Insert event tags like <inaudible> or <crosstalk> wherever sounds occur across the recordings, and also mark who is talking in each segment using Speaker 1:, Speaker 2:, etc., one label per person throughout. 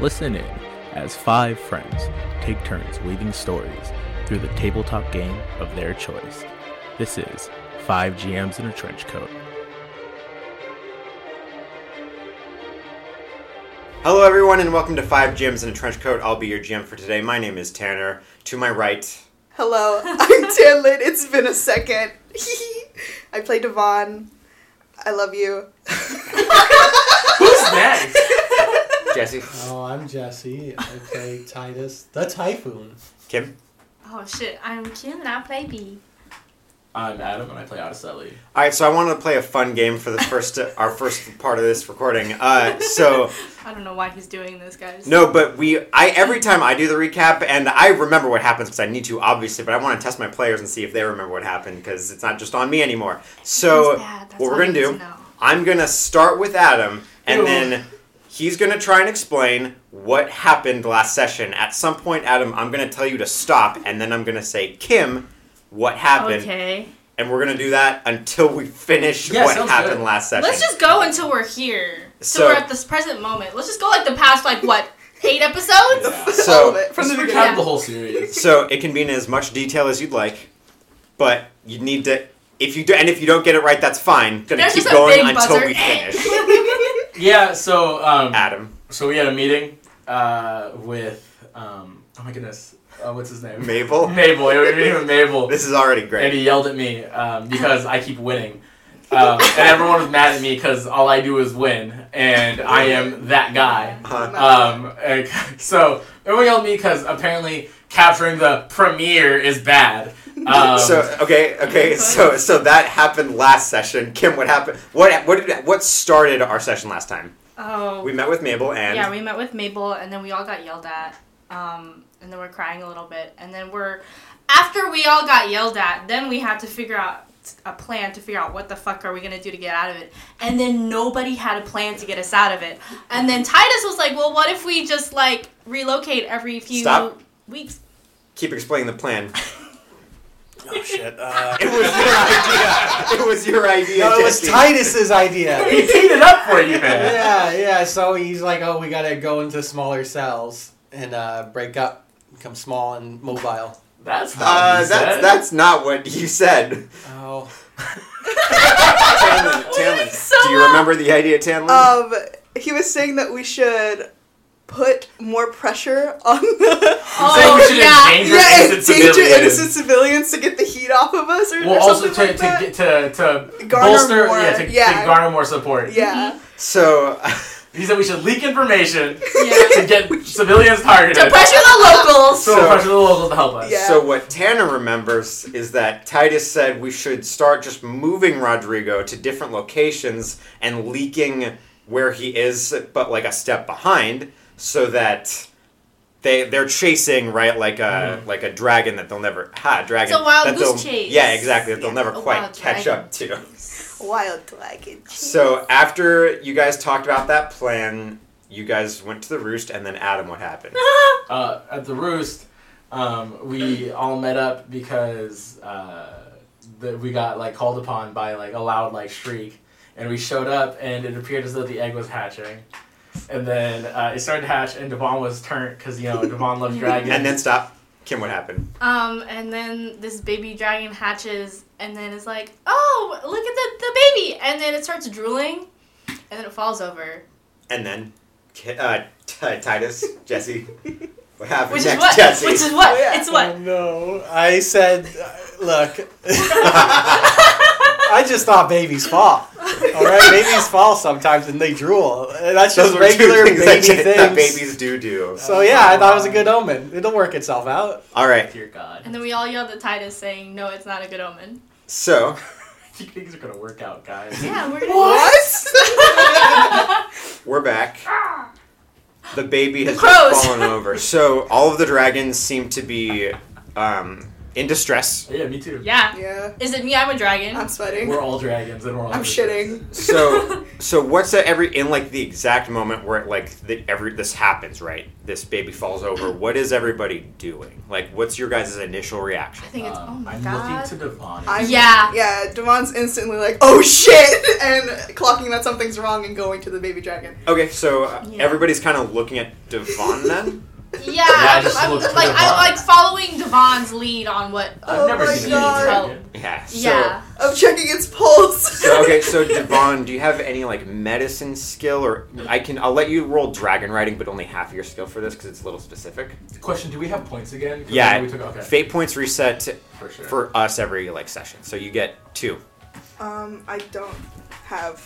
Speaker 1: Listen in as five friends take turns weaving stories through the tabletop game of their choice. This is Five GMs in a Trench Coat.
Speaker 2: Hello, everyone, and welcome to Five Gyms in a Trench Coat. I'll be your GM for today. My name is Tanner. To my right,
Speaker 3: <laughs> Hello, I'm Tanlin. It's been a second. <laughs> I play Devon. I love you.
Speaker 2: Jesse,
Speaker 4: Oh, I'm Jesse. I
Speaker 5: <laughs>
Speaker 4: play Titus the Typhoon.
Speaker 2: Kim.
Speaker 6: Oh shit, I'm Kim and I play B.
Speaker 1: I'm Adam and I play Odyssey.
Speaker 2: All right, so I wanted to play a fun game for the first our first part of this recording. Uh, so
Speaker 6: I don't know why he's doing this, guys.
Speaker 2: no, but we I every time I do the recap, and I remember what happens because I need to obviously, but I want to test my players and see if they remember what happened because it's not just on me anymore. So
Speaker 6: He's bad, that's
Speaker 2: what we're gonna
Speaker 6: why he
Speaker 2: do?
Speaker 6: doesn't know.
Speaker 2: I'm gonna start with Adam, and
Speaker 4: Ew.
Speaker 2: then he's gonna try and explain what happened last session. At some point, Adam, I'm gonna tell you to stop, and then I'm gonna say, Kim, what happened?
Speaker 6: Okay.
Speaker 2: And we're gonna do that until we finish
Speaker 5: Yeah,
Speaker 2: what
Speaker 5: sounds
Speaker 2: happened
Speaker 5: good.
Speaker 2: last session.
Speaker 6: Let's just go until we're here. So,
Speaker 2: So-
Speaker 6: we're at this present moment. Let's just go like the past like what? Eight episodes?
Speaker 3: <laughs>
Speaker 2: So-
Speaker 3: All of it, from the
Speaker 5: Just
Speaker 3: beginning.
Speaker 5: recap the whole series.
Speaker 2: so it can be in as much detail as you'd like, but you need to. If you do, and if you don't get it right, that's fine. Gonna
Speaker 6: There's
Speaker 2: keep
Speaker 6: just a big
Speaker 2: going until
Speaker 6: buzzer.
Speaker 2: we finish.
Speaker 5: yeah, so um,
Speaker 2: Adam,
Speaker 5: so we had a meeting uh, with um, oh my goodness, uh, what's his name?
Speaker 2: Mabel.
Speaker 5: Mabel. We were
Speaker 2: <laughs>
Speaker 5: meeting with Mabel,
Speaker 2: This is already
Speaker 5: and
Speaker 2: great.
Speaker 5: he yelled at me um, because I keep winning, um, and everyone was mad at me because all I do is win, and I am that guy.
Speaker 2: Uh,
Speaker 5: Um, and <laughs> so everyone yelled at me because apparently capturing the premiere is bad.
Speaker 2: <laughs>
Speaker 5: Um,
Speaker 2: so okay, okay, so so that happened last session. Kim, what happened? What what did what started our session last time?
Speaker 6: <laughs> Oh
Speaker 2: We met with Mabel and
Speaker 6: yeah, we met with Mabel and then we all got yelled at. Um, and then we're crying a little bit. And then we're after we all got yelled at, then we had to figure out a plan to figure out what the fuck are we gonna do to get out of it. And then nobody had a plan to get us out of it. And then Titus was like, Well what if we just like relocate every few
Speaker 2: Stop.
Speaker 6: weeks?
Speaker 2: keep explaining the plan.
Speaker 4: Oh shit! Uh,
Speaker 2: <laughs> It was your idea. It was your idea.
Speaker 4: no, it was
Speaker 2: Jesse.
Speaker 4: Titus's idea.
Speaker 5: <laughs> he teed it up for you, man.
Speaker 4: yeah, yeah. So he's like, "Oh, we gotta go into smaller cells and uh, break up, become small and mobile."
Speaker 5: That's not what
Speaker 2: Uh,
Speaker 5: he
Speaker 2: that's
Speaker 5: said.
Speaker 2: that's not what you said.
Speaker 4: Oh,
Speaker 6: <laughs>
Speaker 2: Tanlin, Tanlin,
Speaker 6: so Oh.
Speaker 2: do you
Speaker 6: wrong.
Speaker 2: remember the idea, Tanlin?
Speaker 3: Um, he was saying that we should put more pressure on <laughs> the
Speaker 4: Oh,
Speaker 5: saying we should endanger
Speaker 3: yeah,
Speaker 5: innocent
Speaker 3: endanger
Speaker 5: civilians.
Speaker 3: innocent civilians to get the heat off of us, or,
Speaker 5: Well,
Speaker 3: or
Speaker 5: also
Speaker 3: something
Speaker 5: to,
Speaker 3: like that.
Speaker 5: to, get- to, to
Speaker 3: Garner
Speaker 5: bolster,
Speaker 3: more,
Speaker 5: yeah, to, to
Speaker 3: yeah.
Speaker 5: garner more support.
Speaker 3: yeah,
Speaker 2: so
Speaker 5: He said we should leak information
Speaker 6: Yeah. <laughs>
Speaker 5: to
Speaker 4: <laughs>
Speaker 5: get civilians targeted.
Speaker 6: to pressure the locals. <laughs>
Speaker 5: So,
Speaker 2: So-
Speaker 5: pressure the locals to help us.
Speaker 3: Yeah.
Speaker 2: so what Tanner remembers is that Titus said we should start just moving Rodrigo to different locations and leaking where he is, but like a step behind, so that. They, they're chasing right like a like a dragon that they'll never ha dragon
Speaker 6: It's a wild
Speaker 2: that
Speaker 6: goose
Speaker 2: they'll-
Speaker 6: chase.
Speaker 2: yeah exactly that they'll
Speaker 3: Yeah,
Speaker 2: never
Speaker 6: a
Speaker 2: quite
Speaker 6: wild
Speaker 2: catch
Speaker 6: dragon.
Speaker 2: up to
Speaker 3: wild dragon.
Speaker 2: So after you guys talked about that plan, you guys went to the roost, and then Adam, what
Speaker 4: <laughs>
Speaker 2: happened?
Speaker 5: Uh, at the roost, um, we all met up because uh, the, we got like called upon by like a loud like shriek, and we showed up, and it appeared as though the egg was hatching. And then uh, it started to hatch, and Devon was turned because you know
Speaker 2: <laughs>
Speaker 5: Devon loves dragons.
Speaker 2: And then stop. Kim, what happened?
Speaker 6: Um, and then this baby dragon hatches, and then it's like, oh, look at the, the baby, and then it starts drooling, and then it falls over,
Speaker 2: And then Ki- uh, T- Titus, Jesse, what happened
Speaker 6: which
Speaker 2: next?
Speaker 6: is what,
Speaker 2: Jesse, <laughs>
Speaker 6: which is what,
Speaker 3: Oh, yeah.
Speaker 6: it's what.
Speaker 4: Oh, no, I said, uh, "Look, <laughs> I just thought babies fall. All right, babies fall sometimes, and they drool. And That's
Speaker 2: those
Speaker 4: just
Speaker 2: were
Speaker 4: regular
Speaker 2: two things
Speaker 4: baby
Speaker 2: that,
Speaker 4: things."
Speaker 2: that babies do do.
Speaker 4: So yeah, I thought it was a good omen. It'll work itself out.
Speaker 2: All right,
Speaker 5: Dear God.
Speaker 6: And then we all yelled at Titus, saying, no, it's not a good omen. <laughs>
Speaker 2: so
Speaker 5: <laughs> Things are gonna work out, guys.
Speaker 6: Yeah, we're
Speaker 5: <laughs>
Speaker 6: gonna.
Speaker 3: What?
Speaker 2: we're back. The baby
Speaker 6: The
Speaker 2: has
Speaker 6: crows.
Speaker 2: fallen over. So all of the dragons seem to be um, in distress.
Speaker 5: Yeah, me too.
Speaker 6: Yeah.
Speaker 3: Yeah.
Speaker 6: Is it me? I'm a dragon. <laughs>
Speaker 3: I'm sweating.
Speaker 5: We're all dragons and we're all.
Speaker 3: I'm
Speaker 5: dragons.
Speaker 3: shitting.
Speaker 2: So so what's at every in like the exact moment where it, like the, every this happens right? This baby falls
Speaker 5: <clears throat>
Speaker 2: over. What is everybody doing? Like what's your guys' initial reaction?
Speaker 6: I think it's.
Speaker 5: Um,
Speaker 6: oh my
Speaker 5: I'm
Speaker 6: god.
Speaker 5: looking to Devon.
Speaker 3: I-
Speaker 6: yeah.
Speaker 3: Yeah, Devon's instantly like, oh shit! <laughs> And clocking that something's wrong and going to the baby dragon.
Speaker 2: Okay, so uh,
Speaker 6: Yeah.
Speaker 2: everybody's kind of looking at Devon
Speaker 5: <laughs>
Speaker 2: then.
Speaker 6: Yeah.
Speaker 5: I
Speaker 6: I'm,
Speaker 5: just
Speaker 6: I'm-
Speaker 5: looked to
Speaker 6: like
Speaker 5: Devon.
Speaker 6: I like following Devon's lead on what.
Speaker 5: I've
Speaker 3: Oh
Speaker 5: never
Speaker 3: my
Speaker 5: seen
Speaker 3: God.
Speaker 5: a dragon.
Speaker 2: yeah. So,
Speaker 6: yeah. <laughs>
Speaker 3: I'm checking its pulse.
Speaker 2: So, okay, so Devon, do you have any like medicine skill or I can I'll let you roll dragon riding, but only half of your skill for this because it's a little specific.
Speaker 5: Question: Do we have points again? 'Cause
Speaker 2: Yeah,
Speaker 5: We took, okay.
Speaker 2: fate points reset
Speaker 5: for sure.
Speaker 2: for us every like session, so you get two.
Speaker 3: um, <laughs> I don't have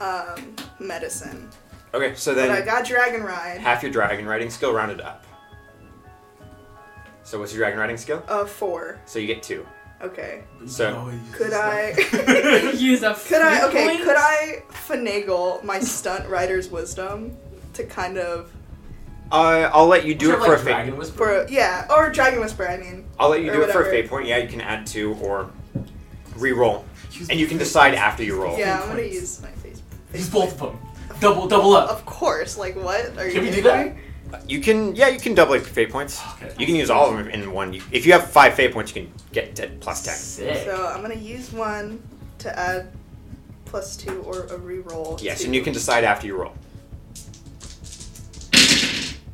Speaker 3: um medicine,
Speaker 2: Okay, so
Speaker 3: but I
Speaker 2: then
Speaker 3: got dragon ride.
Speaker 2: half your dragon riding skill rounded up. So what's your dragon riding skill?
Speaker 3: Uh, four.
Speaker 2: So you get two.
Speaker 3: Okay.
Speaker 5: But you
Speaker 2: so-
Speaker 5: always use
Speaker 3: Could
Speaker 5: this <laughs>
Speaker 3: I? <laughs>
Speaker 6: Use a.
Speaker 3: could I?
Speaker 6: few
Speaker 3: Okay.
Speaker 6: points.
Speaker 3: Could I finagle my stunt rider's wisdom to kind of
Speaker 2: Uh, I'll let you
Speaker 5: stuff.
Speaker 2: do
Speaker 5: you
Speaker 2: it
Speaker 5: have,
Speaker 2: for a
Speaker 5: like,
Speaker 2: fate.
Speaker 5: dragon whisper?
Speaker 3: for yeah or dragon whisper? I mean.
Speaker 2: I'll let you
Speaker 3: or
Speaker 2: do it for a
Speaker 3: whatever.
Speaker 2: fate point. Yeah, you can add two or re-roll,
Speaker 5: Use
Speaker 2: and you
Speaker 5: both
Speaker 2: can
Speaker 5: of them.
Speaker 2: decide after you roll.
Speaker 3: Yeah, I'm gonna
Speaker 5: points.
Speaker 3: use my face.
Speaker 5: Use both of them. Double, double up.
Speaker 3: Of course. Like what? Are you
Speaker 5: Can we do
Speaker 3: kidding
Speaker 5: that?
Speaker 3: me?
Speaker 2: You can, yeah, you can double your fate points.
Speaker 5: Okay.
Speaker 2: You can use all of them in one. You- If you have five fate points, you can get to plus ten.
Speaker 5: Sick.
Speaker 3: So I'm gonna use one to add plus two or a reroll.
Speaker 2: Yes,
Speaker 3: to-
Speaker 2: and you can decide after you roll.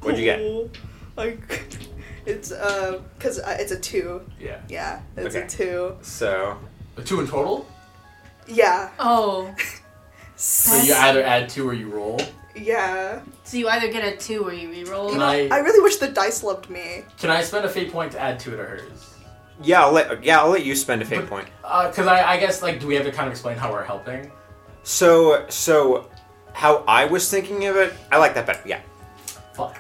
Speaker 2: What'd you get?
Speaker 3: Cool. Like <laughs> it's uh, cause I, it's a two.
Speaker 5: yeah.
Speaker 3: Yeah, it's
Speaker 2: Okay.
Speaker 3: a two.
Speaker 2: So
Speaker 5: A two in total.
Speaker 3: Yeah.
Speaker 6: Oh.
Speaker 5: So you either add two or you roll.
Speaker 3: Yeah.
Speaker 6: So you either get a two or you reroll.
Speaker 5: Can I?
Speaker 3: I really wish the dice loved me.
Speaker 5: Can I spend a fate point to add two to hers?
Speaker 2: yeah, I'll let yeah I'll let you spend a fate
Speaker 5: But-
Speaker 2: point.
Speaker 5: Because I, I guess like, do we have to kind of explain how we're helping?
Speaker 2: So so how I was thinking of it, I like that better. Yeah.
Speaker 5: Fuck.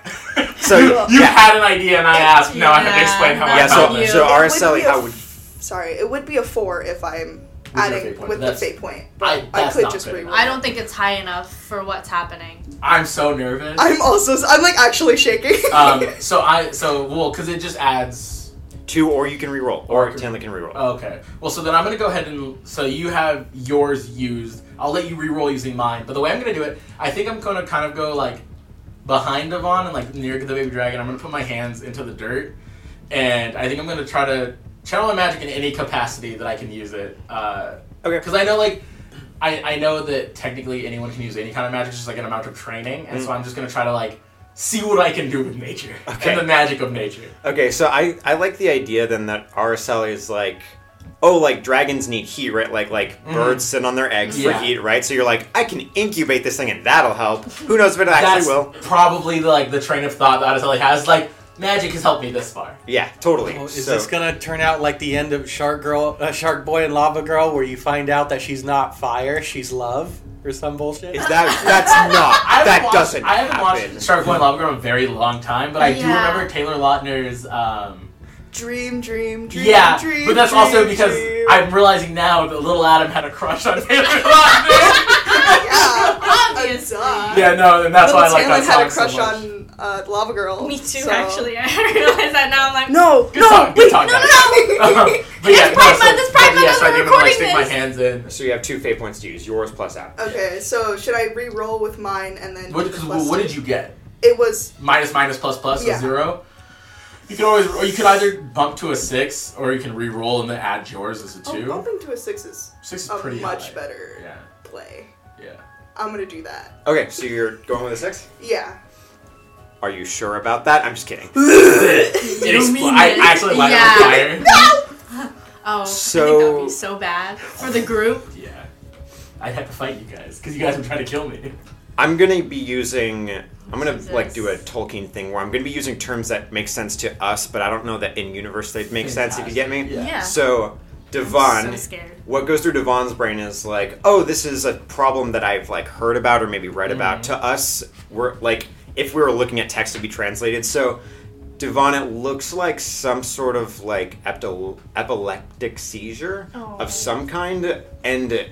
Speaker 2: So
Speaker 5: <laughs> you had an idea and I asked. No, I have to
Speaker 6: Yeah,
Speaker 5: explain how
Speaker 6: not
Speaker 2: yeah.
Speaker 5: I
Speaker 2: So
Speaker 5: felt.
Speaker 6: you.
Speaker 2: so
Speaker 6: It
Speaker 3: would
Speaker 2: RSL,
Speaker 3: be a
Speaker 2: how would
Speaker 3: Sorry, it would be a four if I'm
Speaker 5: your
Speaker 3: adding
Speaker 5: fate point,
Speaker 3: with the
Speaker 5: that's-
Speaker 3: fate point.
Speaker 5: I-
Speaker 3: I
Speaker 5: that's
Speaker 3: could
Speaker 5: not
Speaker 3: just
Speaker 5: fair.
Speaker 3: reroll.
Speaker 6: I don't think it's high enough for what's <laughs> happening.
Speaker 5: I'm so nervous.
Speaker 3: I'm also I'm like actually shaking.
Speaker 5: um. So I. So well, because it just adds.
Speaker 2: two or you can reroll or Tanley can reroll.
Speaker 5: Okay. Well, so then I'm gonna go ahead and so you have yours used. I'll let you re-roll using mine. But the way I'm gonna do it, I think I'm gonna kind of go like behind Devon and like near the baby dragon. I'm gonna put my hands into the dirt, and I think I'm gonna try to channel my magic in any capacity that I can use it. Uh,
Speaker 2: Okay.
Speaker 5: Because I know like. I, I know that technically anyone can use any kind of magic, it's just like an amount of training, and so I'm just gonna try to like see what I can do with nature
Speaker 2: Mm.
Speaker 5: <laughs>
Speaker 2: Okay.
Speaker 5: and the magic of nature.
Speaker 2: Okay, so I, I like the idea then that RSL is like, oh, like dragons need heat, right? Like like birds sit on their eggs
Speaker 5: Mm-hmm. Yeah.
Speaker 2: for heat, right? So you're like, I can incubate this thing and that'll help. Who knows if it
Speaker 5: That's
Speaker 2: actually will?
Speaker 5: probably like the train of thought that Otacelli has. Like magic has helped me this far.
Speaker 2: Yeah, totally.
Speaker 4: Oh, is
Speaker 2: so,
Speaker 4: this gonna turn out like the end of Shark Girl, uh, Shark Boy, and Lava Girl, where you find out that she's not fire, she's love, or some bullshit?
Speaker 2: is that that's
Speaker 5: <laughs>
Speaker 2: not
Speaker 5: haven't
Speaker 2: that
Speaker 5: watched,
Speaker 2: doesn't
Speaker 5: I haven't
Speaker 2: happen.
Speaker 5: watched Star Boy and Lava Girl in a very long time, but I do
Speaker 6: Yeah.
Speaker 5: remember Taylor Lautner's. Um,
Speaker 3: <laughs> dream, dream, dream.
Speaker 5: yeah,
Speaker 3: dream,
Speaker 5: but that's
Speaker 3: dream,
Speaker 5: also because
Speaker 3: dream.
Speaker 5: I'm realizing now that Little Adam had a crush on <laughs> Taylor
Speaker 3: <laughs>
Speaker 5: Lautner.
Speaker 3: yeah.
Speaker 6: Obviously.
Speaker 3: duh.
Speaker 5: yeah, no, and that's
Speaker 3: Little
Speaker 5: why I like
Speaker 3: Tamlin
Speaker 5: that song
Speaker 3: had a crush
Speaker 5: so <laughs> much.
Speaker 3: on uh, Lava Girl.
Speaker 6: Me too,
Speaker 3: so-
Speaker 6: actually. <laughs> I realize that now. I'm like,
Speaker 3: No,
Speaker 5: Good
Speaker 3: no,
Speaker 5: song, good
Speaker 3: wait,
Speaker 5: song,
Speaker 3: no,
Speaker 5: guys. <laughs> Uh-huh.
Speaker 3: no, no.
Speaker 5: but yeah,
Speaker 6: It's Pride
Speaker 5: no, so-
Speaker 6: Month, it's Pride
Speaker 5: but
Speaker 6: Month,
Speaker 5: yeah,
Speaker 6: and
Speaker 5: so I
Speaker 6: we're
Speaker 5: give him, like,
Speaker 6: recording
Speaker 5: stick my
Speaker 6: this.
Speaker 5: hands in.
Speaker 2: so you have two fate points to use, yours plus out.
Speaker 3: Okay, so should I re-roll with mine and then?
Speaker 5: What,
Speaker 3: do the
Speaker 5: 'cause
Speaker 3: plus
Speaker 5: what
Speaker 3: two?
Speaker 5: did you get?
Speaker 3: It was
Speaker 5: minus minus plus plus
Speaker 3: Yeah.
Speaker 5: is zero. You can always, or you can either bump to a six, or you can re-roll and then add yours as a
Speaker 3: oh,
Speaker 5: two.
Speaker 3: bumping to a six is
Speaker 5: Six is
Speaker 3: a
Speaker 5: pretty
Speaker 3: much
Speaker 5: high.
Speaker 3: better
Speaker 5: Yeah,
Speaker 3: play.
Speaker 6: <coughs>
Speaker 5: yeah.
Speaker 3: I'm gonna do that.
Speaker 2: Okay, so you're going with a six?
Speaker 3: Yeah.
Speaker 2: Are you sure about that? I'm just kidding.
Speaker 5: It expl-
Speaker 6: mean
Speaker 5: I
Speaker 6: it?
Speaker 5: actually light
Speaker 6: Yeah. <laughs>
Speaker 5: it on fire.
Speaker 6: oh, I think that would
Speaker 2: So-
Speaker 6: be so bad for the group.
Speaker 5: yeah, I'd have to fight you guys because you guys are trying to kill me.
Speaker 2: I'm gonna be using. I'm gonna
Speaker 6: Jesus.
Speaker 2: like do a Tolkien thing where I'm gonna be using terms that make sense to us, but I don't know that in universe they make sense. If you get me,
Speaker 5: Yeah.
Speaker 6: Yeah.
Speaker 2: So
Speaker 6: so
Speaker 2: Devon,
Speaker 6: scared.
Speaker 2: what goes through Devon's brain is like, oh, this is a problem that I've like heard about or maybe read about. To us, we're like, if we were looking at text to be translated, so. Devon, it looks like some sort of like epto- epileptic seizure
Speaker 6: Oh.
Speaker 2: of some kind, and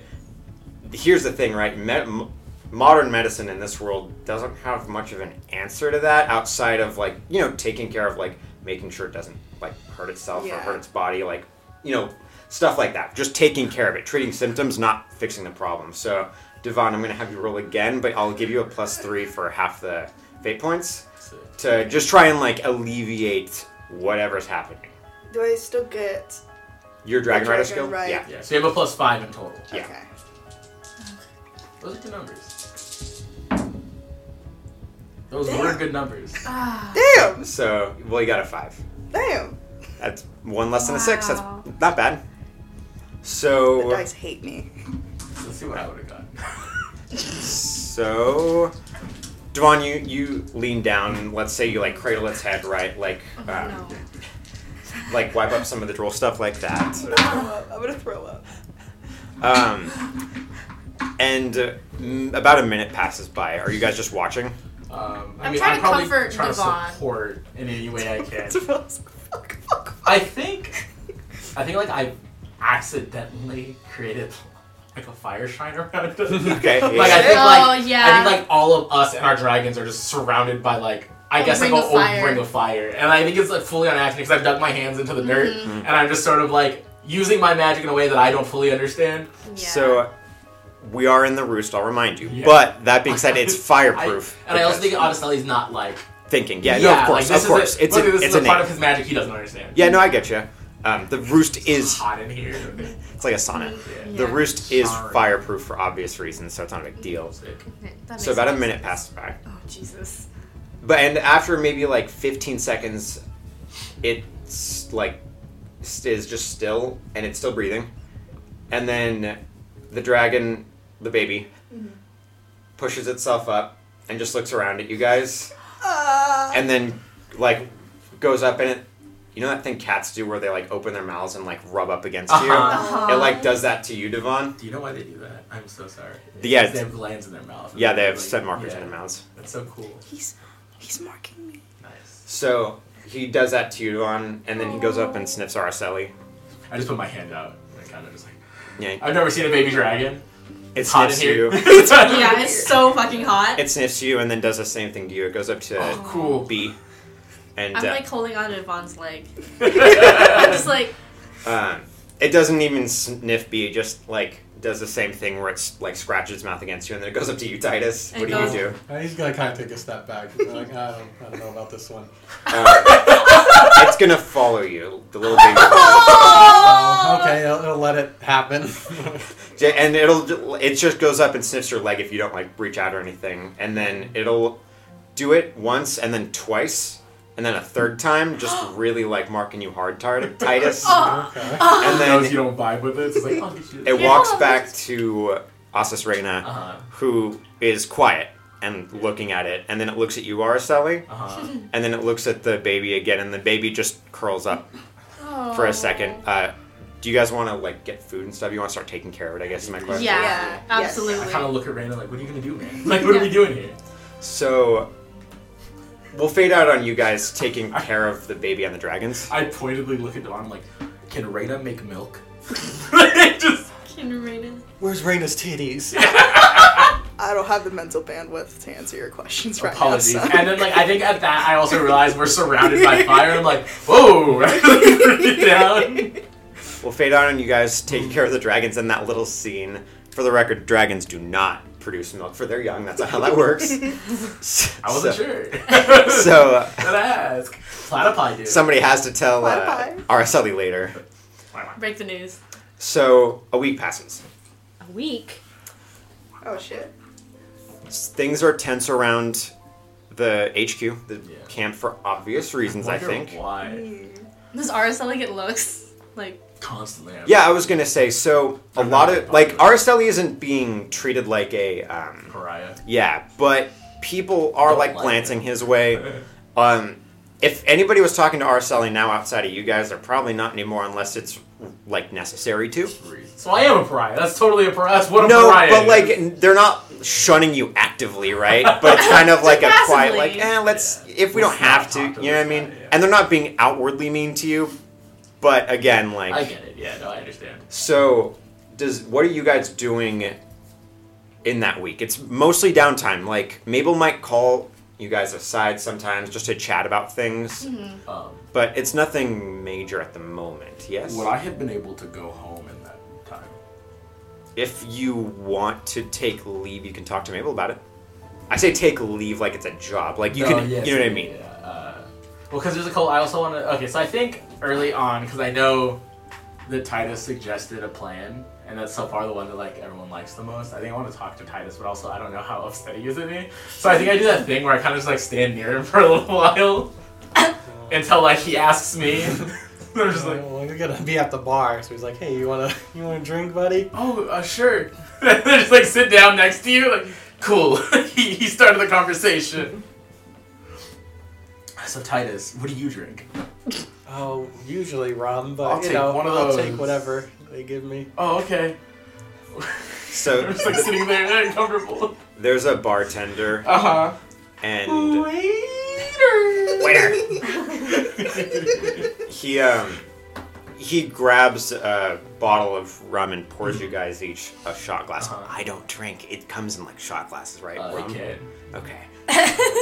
Speaker 2: here's the thing, right? Med- m- modern medicine in this world doesn't have much of an answer to that outside of like you know taking care of like making sure it doesn't like hurt itself or
Speaker 3: Yeah.
Speaker 2: hurt its body, like you know stuff like that. Just taking care of it, treating symptoms, not fixing the problem. So Devon, I'm gonna have you roll again, but I'll give you a plus three for half the fate points
Speaker 5: Sick.
Speaker 2: to just try and like alleviate whatever's happening.
Speaker 3: Do I still get?
Speaker 2: Your dragon rider
Speaker 3: dragon
Speaker 2: skill,
Speaker 3: rider.
Speaker 2: yeah,
Speaker 5: Yeah, so you have a plus five in total.
Speaker 2: Yeah.
Speaker 3: Okay.
Speaker 5: Those are good numbers. Those were good numbers.
Speaker 6: Ah,
Speaker 3: Damn.
Speaker 2: So well, you got a five.
Speaker 3: Damn.
Speaker 2: That's one less than a six. That's
Speaker 6: Wow.
Speaker 2: not bad.
Speaker 3: The
Speaker 2: So
Speaker 3: dice hate me. <laughs>
Speaker 5: Let's see what I would have gotten.
Speaker 2: So, Devon, you you lean down. Let's say you like cradle its head, right? Like, um,
Speaker 6: Oh, no.
Speaker 2: like wipe up some of the drool stuff like that.
Speaker 3: I'm gonna throw up. I'm gonna throw up. <laughs>
Speaker 2: Um, and uh, m- about a minute passes by. Are you guys just watching?
Speaker 5: Um, I
Speaker 6: I'm
Speaker 5: mean,
Speaker 6: trying
Speaker 5: I'm
Speaker 6: to
Speaker 5: probably
Speaker 6: comfort
Speaker 5: trying
Speaker 6: Devon.
Speaker 5: to support in any way I can.
Speaker 3: Fuck, fuck, fuck.
Speaker 5: I think, I think like I accidentally created like a fire shrine around us.
Speaker 2: <laughs> Okay.
Speaker 5: Like I
Speaker 2: yeah.
Speaker 5: think like
Speaker 6: Oh,
Speaker 5: I
Speaker 6: yeah.
Speaker 5: think like all of us and our dragons are just surrounded by like I
Speaker 6: A
Speaker 5: guess like
Speaker 6: ring
Speaker 5: an
Speaker 6: of
Speaker 5: old
Speaker 6: fire.
Speaker 5: ring of fire, and I think it's like fully on accident because I've dug my hands into the dirt
Speaker 6: Mm-hmm.
Speaker 2: Mm-hmm.
Speaker 5: and I'm just sort of like using my magic in a way that I don't fully understand.
Speaker 6: Yeah.
Speaker 2: So. We are in the roost, I'll remind you.
Speaker 5: Yeah.
Speaker 2: But that being said, it's
Speaker 5: <laughs> I-
Speaker 2: fireproof.
Speaker 5: and I also
Speaker 2: because-
Speaker 5: think Odyssey's not like
Speaker 2: thinking, yeah, no, of
Speaker 5: like,
Speaker 2: course,
Speaker 5: this
Speaker 2: of
Speaker 5: is
Speaker 2: course,
Speaker 5: A,
Speaker 2: it's
Speaker 5: look,
Speaker 2: a,
Speaker 5: this
Speaker 2: it's
Speaker 5: is
Speaker 2: a
Speaker 5: a part
Speaker 2: name.
Speaker 5: of his magic he doesn't understand.
Speaker 2: Yeah, no, I get you. Um, the roost is
Speaker 5: hot in here.
Speaker 2: it's like a sauna.
Speaker 6: yeah.
Speaker 2: The roost is
Speaker 5: Sorry.
Speaker 2: fireproof for obvious reasons, so it's not a big deal.
Speaker 5: Sick.
Speaker 6: That makes
Speaker 2: So about a
Speaker 6: sense.
Speaker 2: minute passed by.
Speaker 6: Oh Jesus.
Speaker 2: But and after maybe like 15 seconds, it's like st- is just still and it's still breathing. And then the dragon, the baby, pushes itself up and just looks around at you guys
Speaker 3: Uh,
Speaker 2: and then like goes up and it you know that thing cats do where they like open their mouths and like rub up against
Speaker 5: Uh-huh.
Speaker 6: Uh-huh.
Speaker 2: you? It like does that to you, Devon.
Speaker 5: Do you know why they do that? I'm so sorry.
Speaker 2: Yeah,
Speaker 5: Because they
Speaker 2: it's-
Speaker 5: have glands in their mouth.
Speaker 2: Yeah, they have
Speaker 5: Like,
Speaker 2: scent markers
Speaker 5: yeah,
Speaker 2: in their mouths.
Speaker 5: That's so cool.
Speaker 3: he's he's marking me.
Speaker 5: Nice.
Speaker 2: So he does that to you, Devon, and then he goes up and sniffs Araceli.
Speaker 5: I just put my hand out. and I kind of just like.
Speaker 2: Yeah,
Speaker 5: I've never seen a baby dragon.
Speaker 2: it
Speaker 5: <laughs> It's hot in
Speaker 2: sniffs
Speaker 5: here.
Speaker 2: you.
Speaker 6: Yeah, it's so fucking hot.
Speaker 2: It sniffs you and then does the same thing to you. It goes up to
Speaker 5: <laughs> Oh, cool.
Speaker 2: B, and
Speaker 6: I'm
Speaker 2: uh,
Speaker 6: like holding onto Devon's leg.
Speaker 2: <laughs>
Speaker 6: <laughs> I'm
Speaker 5: It's
Speaker 6: just like,
Speaker 2: um, it doesn't even sniff B. It just like does the same thing where it's like scratches its mouth against you, and then it goes up to you, Titus.
Speaker 6: It
Speaker 2: What do
Speaker 6: goes-
Speaker 2: you do?
Speaker 4: Uh, he's gonna kind of take a step back. and be Like, I, don't, I don't know about this one.
Speaker 2: Um, it's gonna follow you, the little baby,
Speaker 4: Oh, okay, he'll, he'll let it <laughs> happen.
Speaker 2: J- and it'll it just goes up and sniffs your leg if you don't like reach out or anything, and then it'll do it once and then twice. And then a third time, just really like marking you hard, tar- Titus.
Speaker 6: Oh.
Speaker 4: okay.
Speaker 2: And then
Speaker 5: you don't vibe with it. It's like, oh, shit.
Speaker 2: It
Speaker 6: Yeah.
Speaker 2: walks back to Asus Reina,
Speaker 5: Uh-huh.
Speaker 2: who is quiet and looking at it, and then it looks at you, Araceli,
Speaker 6: <laughs>
Speaker 5: Uh-huh.
Speaker 2: and then it looks at the baby again, and the baby just curls up <laughs> for a second.
Speaker 6: Oh.
Speaker 2: Uh, do you guys want to like get food and stuff? You want to start taking care of it? I guess is my
Speaker 6: yeah,
Speaker 2: question.
Speaker 3: Yeah.
Speaker 5: I
Speaker 6: absolutely.
Speaker 5: kind of look at Raina like, what are you gonna do, man? <laughs> Like, what are we doing here?
Speaker 2: So we'll fade out on you guys taking care of the baby and the dragons.
Speaker 5: I pointedly look at Dawn like, can Raina make milk? <laughs> Just
Speaker 6: Can read it.
Speaker 4: Where's Raina's titties?
Speaker 3: I don't have the mental bandwidth to answer your questions right
Speaker 5: apologies.
Speaker 3: now. so-
Speaker 5: <laughs> And then like, I think at that I also realize we're surrounded
Speaker 6: <laughs>
Speaker 5: by fire. And I'm like, whoa, <laughs> down.
Speaker 2: We'll fade out on you guys taking care of the dragons and that little scene. For the record, dragons do not produce milk for their young. That's not how that works.
Speaker 5: <laughs>
Speaker 2: <laughs>
Speaker 5: I
Speaker 2: So-
Speaker 5: wasn't sure. <laughs>
Speaker 2: So uh,
Speaker 5: Gotta ask. Platypi dude.
Speaker 2: somebody has to tell uh,
Speaker 3: Bye-bye.
Speaker 2: RSLE later.
Speaker 6: Break the news.
Speaker 2: So a week passes.
Speaker 6: A week.
Speaker 3: oh shit.
Speaker 2: S- Things are tense around the HQ, the
Speaker 5: Yeah.
Speaker 2: camp, for obvious reasons. I
Speaker 5: Wonder
Speaker 2: think.
Speaker 5: why
Speaker 6: Does RSL get looks? Like, <laughs>
Speaker 5: constantly. I'm
Speaker 2: Yeah, I was gonna say. So a
Speaker 5: I'm
Speaker 2: lot
Speaker 5: not
Speaker 2: of
Speaker 5: popular.
Speaker 2: like RSLE E isn't being treated like a um,
Speaker 5: pariah.
Speaker 2: yeah, but people are
Speaker 5: Don't
Speaker 2: like
Speaker 5: like
Speaker 2: glancing his
Speaker 5: <laughs>
Speaker 2: way. Um, if anybody was talking to RSLE E now outside of you guys, they're probably not anymore unless it's like necessary to.
Speaker 5: So I am a pariah. That's totally a pariah. That's what a
Speaker 2: no,
Speaker 5: pariah.
Speaker 2: but
Speaker 5: is.
Speaker 2: like n- they're not shunning you actively, right? But it's kind of like a quiet,
Speaker 6: Passively.
Speaker 2: like, eh, let's if we
Speaker 5: Let's
Speaker 2: don't have
Speaker 5: not
Speaker 2: to,
Speaker 5: talk to
Speaker 2: you know what I
Speaker 5: this
Speaker 2: mean?
Speaker 5: guy, yeah.
Speaker 2: And they're not being outwardly mean to you, but again, like,
Speaker 5: I get it. Yeah, no, I understand.
Speaker 2: so does what are you guys doing in that week? It's mostly downtime. Like Mabel might call you guys aside sometimes just to chat about things.
Speaker 5: Um,
Speaker 2: But it's nothing major at the moment, yes?
Speaker 5: would I have been able to go home in that time?
Speaker 2: if you want to take leave, you can talk to Mabel about it. I say take leave like it's a job. Like you
Speaker 5: No,
Speaker 2: can,
Speaker 5: Oh, yes,
Speaker 2: you know what I
Speaker 5: yeah,
Speaker 2: mean?
Speaker 5: yeah, uh, well, because there's a couple. I also want to. Okay, so I think early on, because I know that Titus suggested a plan, and that's so far the one that like everyone likes the most. I think I want to talk to Titus, but also I don't know how <laughs> upset he is at me. So I think I do that thing where I kind of just like stand near him <laughs> for a little while until like he asks me.
Speaker 2: <laughs>
Speaker 5: <laughs> I'm just like,
Speaker 4: well, you're gonna be at the bar, so he's like, "Hey, you wanna <laughs> you wanna drink, buddy?"
Speaker 5: oh, uh, sure. <laughs> just like sit down next to you, like, cool. <laughs> he, he started the
Speaker 2: <laughs>
Speaker 5: conversation. So Titus, what do you drink?
Speaker 4: Oh, usually rum, but
Speaker 5: I'll
Speaker 4: you
Speaker 5: take
Speaker 4: know,
Speaker 5: one of
Speaker 4: I'll
Speaker 5: those.
Speaker 4: take whatever they give me.
Speaker 5: Oh, okay.
Speaker 2: So Uh,
Speaker 5: I'm <laughs> just like sitting there uncomfortable.
Speaker 2: <laughs> there's a bartender
Speaker 5: Uh
Speaker 2: and
Speaker 5: huh. <laughs>
Speaker 2: waiter. he um he grabs a bottle of rum and pours you guys each a shot glass.
Speaker 5: Uh-huh.
Speaker 2: I don't drink. It comes in like shot glasses, right?
Speaker 5: Uh,
Speaker 2: Rum?
Speaker 5: okay. <laughs>
Speaker 2: Okay.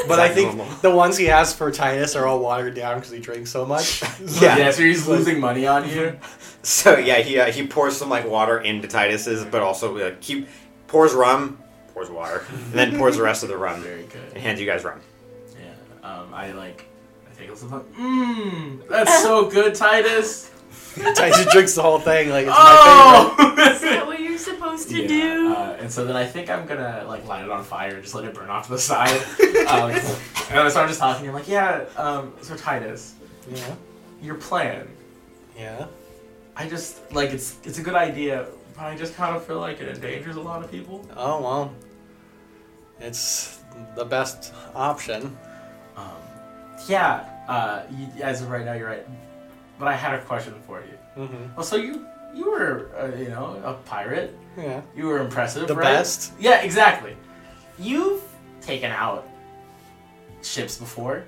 Speaker 4: But I think
Speaker 2: normal?
Speaker 4: the ones he has for Titus are all watered down because he drinks so much. <laughs>
Speaker 2: Yeah.
Speaker 5: Yeah, so he's losing money on <laughs> you.
Speaker 2: So yeah, he uh, he pours some like water into Titus's, but also uh, he pours rum, pours water, and then pours the rest of the rum
Speaker 5: Very
Speaker 2: and
Speaker 5: good.
Speaker 2: hands you guys rum.
Speaker 5: Yeah. Um, I like. I take a little. Mmm. That's so good, Titus.
Speaker 4: Titus drinks the whole thing like it's my
Speaker 5: oh. <laughs>
Speaker 6: that what you're supposed to
Speaker 5: Yeah,
Speaker 6: do?
Speaker 5: Uh, and so then I think I'm gonna like light it on fire and just let it burn off to the side. <laughs> um, and so I'm just talking. I'm like, yeah. Um, so Titus,
Speaker 4: favorite. Yeah.
Speaker 5: your plan.
Speaker 4: Yeah.
Speaker 5: I just like it's it's a good idea, but I just kind of feel like it endangers a lot of people.
Speaker 4: Oh well. It's the best option.
Speaker 5: Um, yeah, uh, you, as of right now, you're right. But I had a question for you.
Speaker 4: Mm-hmm.
Speaker 5: Well, so you you were uh, you know a pirate.
Speaker 4: Yeah.
Speaker 5: You were impressive.
Speaker 4: The
Speaker 5: right?
Speaker 4: best.
Speaker 5: Yeah, exactly. You've taken out ships before.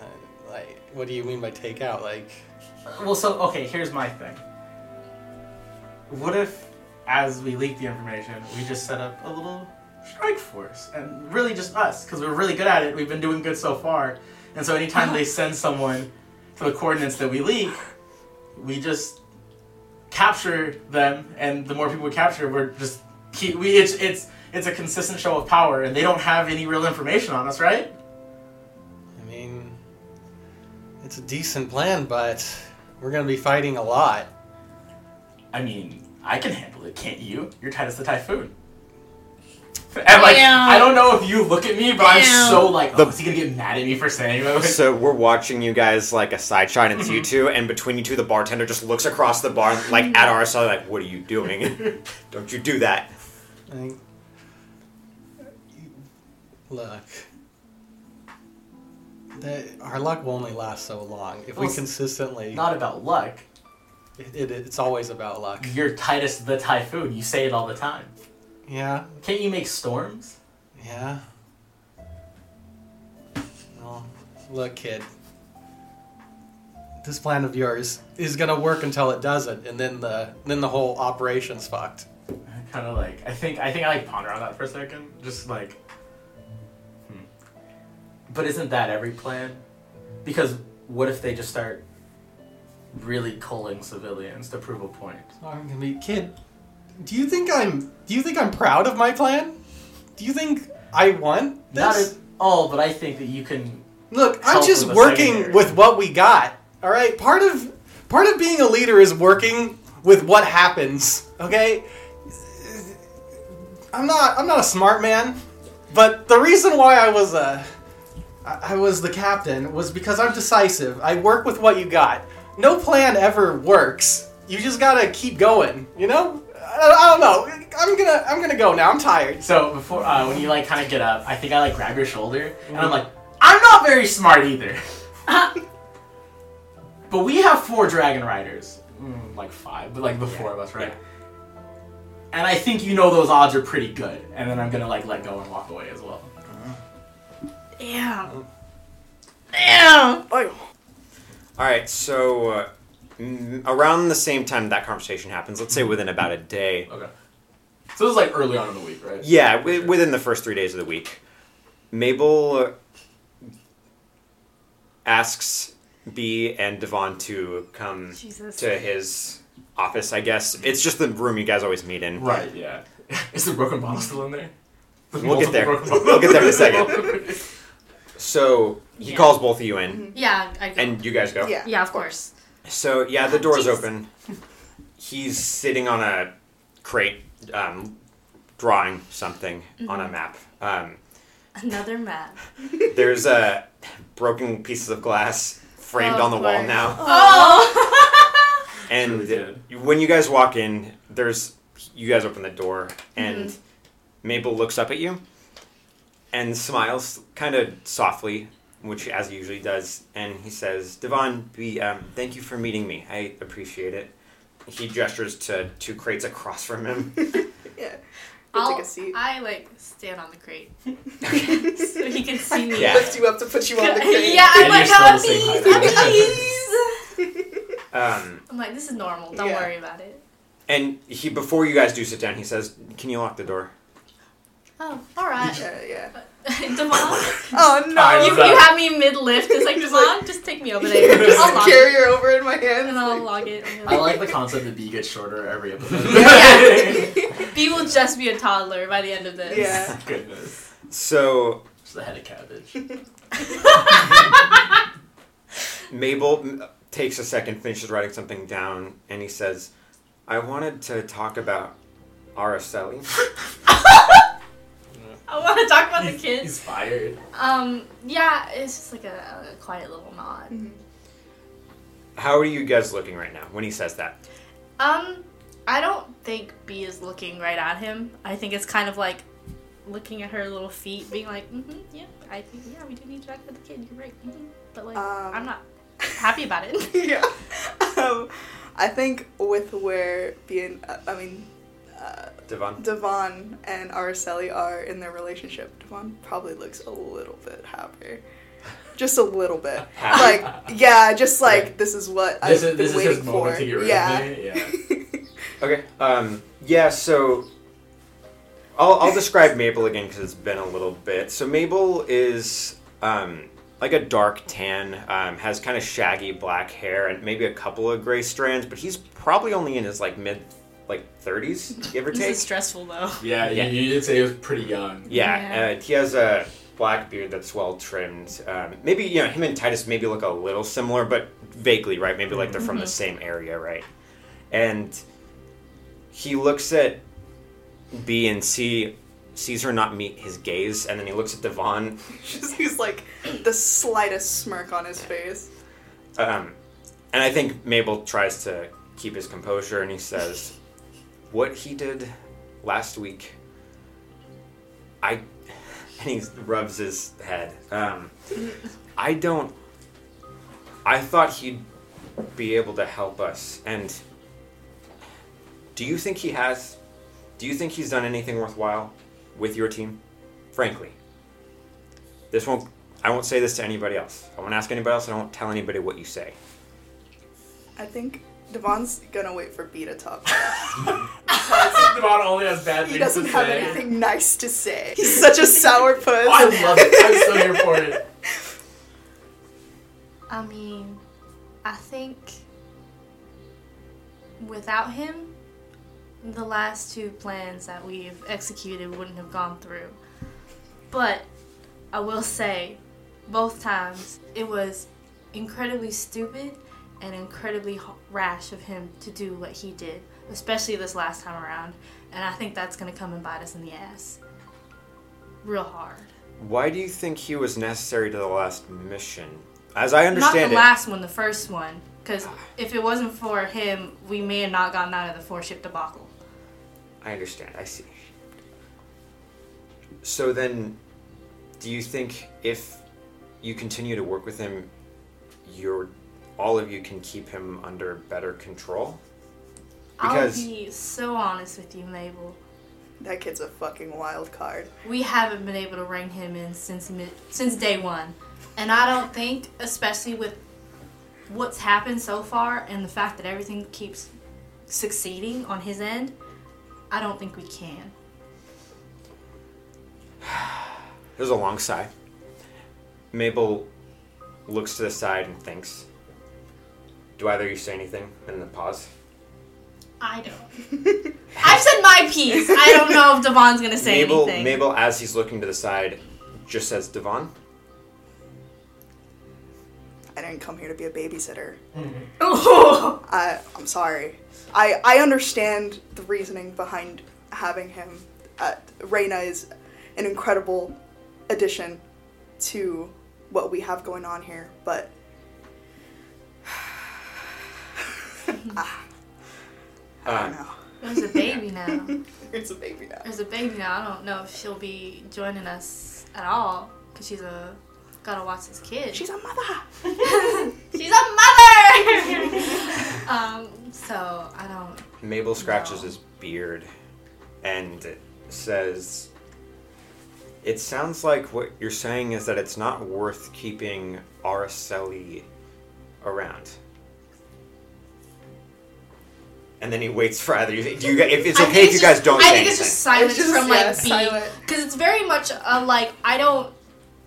Speaker 4: Uh, Like, what do you mean by take out? Like,
Speaker 5: Uh, Well, so okay, here's my thing. What if, as we leak the information, we just set up a little strike force and really just us, because we're really good at it. We've been doing good so far, and so anytime they send someone to the coordinates that we leak, we just capture them, and the more people we capture, we're just keep we it's it's it's a consistent show of power, and they don't have any real information on us, right?
Speaker 4: I mean, it's a decent plan, but we're gonna be fighting a lot.
Speaker 5: I mean, I can handle it, can't you? You're tight as the typhoon. And like,
Speaker 6: Yeah.
Speaker 5: I don't know if you look at me, but
Speaker 6: Yeah.
Speaker 5: I'm so like, oh,
Speaker 2: The-
Speaker 5: is he gonna get mad at me for saying
Speaker 2: <laughs>
Speaker 5: that?
Speaker 2: So we're watching you guys like a side shot. and It's
Speaker 6: Mm-hmm.
Speaker 2: you two, and between you two, the bartender just looks across the bar like at our side, like, "What are you
Speaker 6: <laughs>
Speaker 2: doing? Don't you do that?"
Speaker 4: Like, look, that, our luck will only last so long. If we
Speaker 5: Well, s-
Speaker 4: consistently,
Speaker 5: Not about luck.
Speaker 4: it, it, it's always about luck.
Speaker 5: You're Titus the typhoon. You say it all the time.
Speaker 4: Yeah,
Speaker 5: Can't you make storms?
Speaker 4: yeah. Well, look, kid. This plan of yours is gonna work until it doesn't, and then the then the whole operation's fucked.
Speaker 5: Kind of like, I think, I think I like ponder on that for a second. Just like, hmm. but isn't that every plan? Because what if they just start really culling civilians to prove a point?
Speaker 4: Oh, I'm gonna be kid. Do you think I'm? Do you think I'm proud of my plan? Do you think I won this?
Speaker 5: Not at all, but I think that you can.
Speaker 4: Look, I'm
Speaker 5: help
Speaker 4: just
Speaker 5: with the
Speaker 4: working
Speaker 5: secondary.
Speaker 4: with what we got. All right. Part of part of being a leader is working with what happens. Okay. I'm not. I'm not a smart man, but the reason why I was a, I I was the captain was because I'm decisive. I work with what you got. No plan ever works. You just gotta keep going. You know. I, I don't know. I'm gonna. I'm gonna go now. I'm tired.
Speaker 5: So before uh, when you like kind of get up, I think I like grab your shoulder and I'm like, I'm not very smart either. but we have four dragon riders, mm, like five, but like the four of us, right? And I think you know those odds are pretty good. And then I'm gonna like let go and walk away as well.
Speaker 6: Damn. Damn.
Speaker 3: Oh,
Speaker 2: All right. So uh, mm, around the same time that conversation happens, let's
Speaker 6: Mm-hmm.
Speaker 2: say within about a day.
Speaker 5: Okay. So this is like early on in the week, right?
Speaker 2: Yeah, wi- within the first three days of the week, Mabel uh, asks B and Devon to come
Speaker 6: Jesus.
Speaker 2: to his office. I guess it's just the room you guys always meet in.
Speaker 5: Right, yeah. <laughs> Is the broken bottle still in there? The
Speaker 2: We'll get
Speaker 5: multiple
Speaker 2: there.
Speaker 5: broken bottles.
Speaker 2: We'll get there in a second.
Speaker 5: <laughs>
Speaker 2: So he
Speaker 6: Yeah. Mm-hmm.
Speaker 2: calls both of you in,
Speaker 6: Yeah, I go.
Speaker 2: and you guys go.
Speaker 3: Yeah.
Speaker 6: yeah, of course.
Speaker 2: So yeah, the door's
Speaker 6: Jeez.
Speaker 2: open. He's sitting on a crate, um, drawing something on a map. Um,
Speaker 6: Another map.
Speaker 2: there's uh, broken pieces of glass framed
Speaker 6: Of
Speaker 2: on the wall
Speaker 6: course.
Speaker 2: now,
Speaker 6: Oh.
Speaker 2: and
Speaker 5: Really good.
Speaker 2: you- when you guys walk in, there's you guys open the door, and Mabel looks up at you and smiles kind of softly, which as he usually does, and he says, "Devon, be um, thank you for meeting me. I appreciate it." He gestures to two crates across from him.
Speaker 3: Yeah. We'll
Speaker 6: I'll,
Speaker 3: take a seat. <laughs>
Speaker 6: I like stand on the crate <laughs> so he can see me. <laughs>
Speaker 2: Yeah.
Speaker 3: Lift you up to put you on the crate.
Speaker 6: yeah, I'm
Speaker 5: And
Speaker 6: like,
Speaker 5: you're
Speaker 6: I'm at
Speaker 5: still the
Speaker 6: ease,
Speaker 5: same
Speaker 6: I'm at ease.
Speaker 5: <laughs>
Speaker 2: Um,
Speaker 6: I'm like, this is normal. Don't
Speaker 3: Yeah.
Speaker 6: worry about it.
Speaker 2: and he before you guys do sit down, he says, "Can you lock the door?"
Speaker 6: Oh, all right. <laughs>
Speaker 3: Yeah, yeah.
Speaker 5: <laughs>
Speaker 6: Devon,
Speaker 3: Oh
Speaker 5: Time
Speaker 3: no!
Speaker 6: you,
Speaker 5: up.
Speaker 6: you have me mid lift. <laughs> It's like
Speaker 3: Just
Speaker 6: Devon, <laughs> just take me over there.
Speaker 3: <laughs>
Speaker 6: I'll log
Speaker 3: carry
Speaker 6: it.
Speaker 3: her over in my hand.
Speaker 6: And I'll log it. and
Speaker 5: I
Speaker 6: he'll-
Speaker 5: like the concept that B gets shorter every <laughs> episode.
Speaker 3: <laughs>
Speaker 6: Yeah. B will just be a toddler by the end of this.
Speaker 3: Yeah. <laughs>
Speaker 5: Goodness.
Speaker 2: So
Speaker 5: Just the head of cabbage.
Speaker 2: Mabel m- takes a second, finishes writing something down, and he says, I wanted to talk about Araceli.
Speaker 6: I want to talk about the kids.
Speaker 5: He's fired.
Speaker 6: Um, yeah, it's just like a, a quiet little nod.
Speaker 2: <laughs> How are you guys looking right now when he says that?
Speaker 6: Um, I don't think B is looking right at him. I think it's kind of like looking at her little feet, being like, mm-hmm, yeah, I think, yeah, we do need to talk about the kid. You're right. hmm But like,
Speaker 3: Um,
Speaker 6: I'm not happy about it.
Speaker 3: <laughs>
Speaker 6: <laughs>
Speaker 3: yeah. Um, I think with where being, uh, I mean, uh,
Speaker 2: Devon?
Speaker 3: Devon and Araceli are in their relationship. Devon probably looks a little bit happier. Just a little bit.
Speaker 2: Happy?
Speaker 3: Like, yeah, just like this is what
Speaker 5: This
Speaker 3: I've
Speaker 5: is,
Speaker 3: been
Speaker 5: this is
Speaker 3: waiting for.
Speaker 5: his moment to get rid
Speaker 3: yeah.
Speaker 5: of me. Yeah.
Speaker 2: Okay. Um, yeah, so I'll, I'll describe Mabel again because it's been a little bit. So Mabel is um, like a dark tan, um, has kind of shaggy black hair and maybe a couple of gray strands, but he's probably only in his like mid like 30s, give or
Speaker 6: This
Speaker 2: take.
Speaker 6: is stressful though.
Speaker 5: Yeah,
Speaker 2: Yeah.
Speaker 5: You, you did say he was pretty young.
Speaker 2: Yeah, uh, he has a black beard that's well trimmed. Um, maybe you know him and Titus maybe look a little similar, but vaguely, right? Maybe like they're from the same area, right? And he looks at B and C, sees her not meet his gaze, and then he looks at Devon.
Speaker 3: <laughs> Just he's like the slightest smirk on his face.
Speaker 2: Um, and I think Mabel tries to keep his composure, and he says, "What he did last week, I." <laughs> And he rubs his head. Um, I don't. I thought he'd be able to help us, and do you think he has? Do you think he's done anything worthwhile with your team? Frankly, this won't. I won't say this to anybody else. I won't ask anybody else, and I won't tell anybody what you say.
Speaker 3: I think Devon's gonna wait for B to talk.
Speaker 5: Devon only has bad
Speaker 3: He
Speaker 5: things
Speaker 3: doesn't
Speaker 5: to
Speaker 3: have
Speaker 5: say.
Speaker 3: anything nice to say. <laughs> He's such a <laughs> sour puss.
Speaker 5: I love it. I'm so here for it.
Speaker 6: I mean, I think without him, the last two plans that we've executed wouldn't have gone through. But I will say, both times, it was incredibly stupid and incredibly h- rash of him to do what he did, especially this last time around. And I think that's going to come and bite us in the ass real hard.
Speaker 2: Why do you think he was necessary to the last mission? As I
Speaker 6: Not the
Speaker 2: understand it,
Speaker 6: last one, the first one. Because if it wasn't for him, we may have not gotten out of the four ship debacle.
Speaker 2: I understand. I see. So then, do you think if you continue to work with him, your all of you can keep him under better control? Because-
Speaker 6: I'll be so honest with you, Mabel.
Speaker 3: That kid's a fucking wild card.
Speaker 6: We haven't been able to rein him in since mi- since day one, and I don't think, especially with what's happened so far and the fact that everything keeps succeeding on his end, I don't think we can.
Speaker 2: There's a long sigh. Mabel looks to the side and thinks. Do either of you say anything in the pause?
Speaker 6: I don't. <laughs> I've said my piece. I don't know if Devon's gonna say
Speaker 2: Mabel,
Speaker 6: anything.
Speaker 2: Mabel, as he's looking to the side, just says, Devon?
Speaker 3: I didn't come here to be a babysitter.
Speaker 6: Ooh.
Speaker 3: I, I'm sorry. I, I understand the reasoning behind having him. Uh, Reyna is an incredible addition to what we have going on here, but. Ah, I don't
Speaker 2: Uh,
Speaker 3: know.
Speaker 6: <laughs> There's a baby now.
Speaker 3: <laughs> It's a baby now.
Speaker 6: There's a baby now. I don't know if she'll be joining us at all because she's a gotta watch this kid. <laughs>
Speaker 3: She's a mother! <laughs>
Speaker 6: she's a mother. um. So I don't.
Speaker 2: Mabel scratches
Speaker 6: No.
Speaker 2: his beard and says, It sounds like what you're saying is that it's not worth keeping Araceli around. And then he waits for either. you- Do you guys, if it's
Speaker 6: I
Speaker 2: okay
Speaker 6: think
Speaker 2: if you
Speaker 6: it's
Speaker 2: guys
Speaker 6: just-
Speaker 2: don't
Speaker 6: I
Speaker 2: say
Speaker 6: think it's just
Speaker 2: anything.
Speaker 6: silence
Speaker 3: It's just-
Speaker 6: from like
Speaker 3: yeah,
Speaker 6: B
Speaker 3: silent.
Speaker 6: because it's very much a like I don't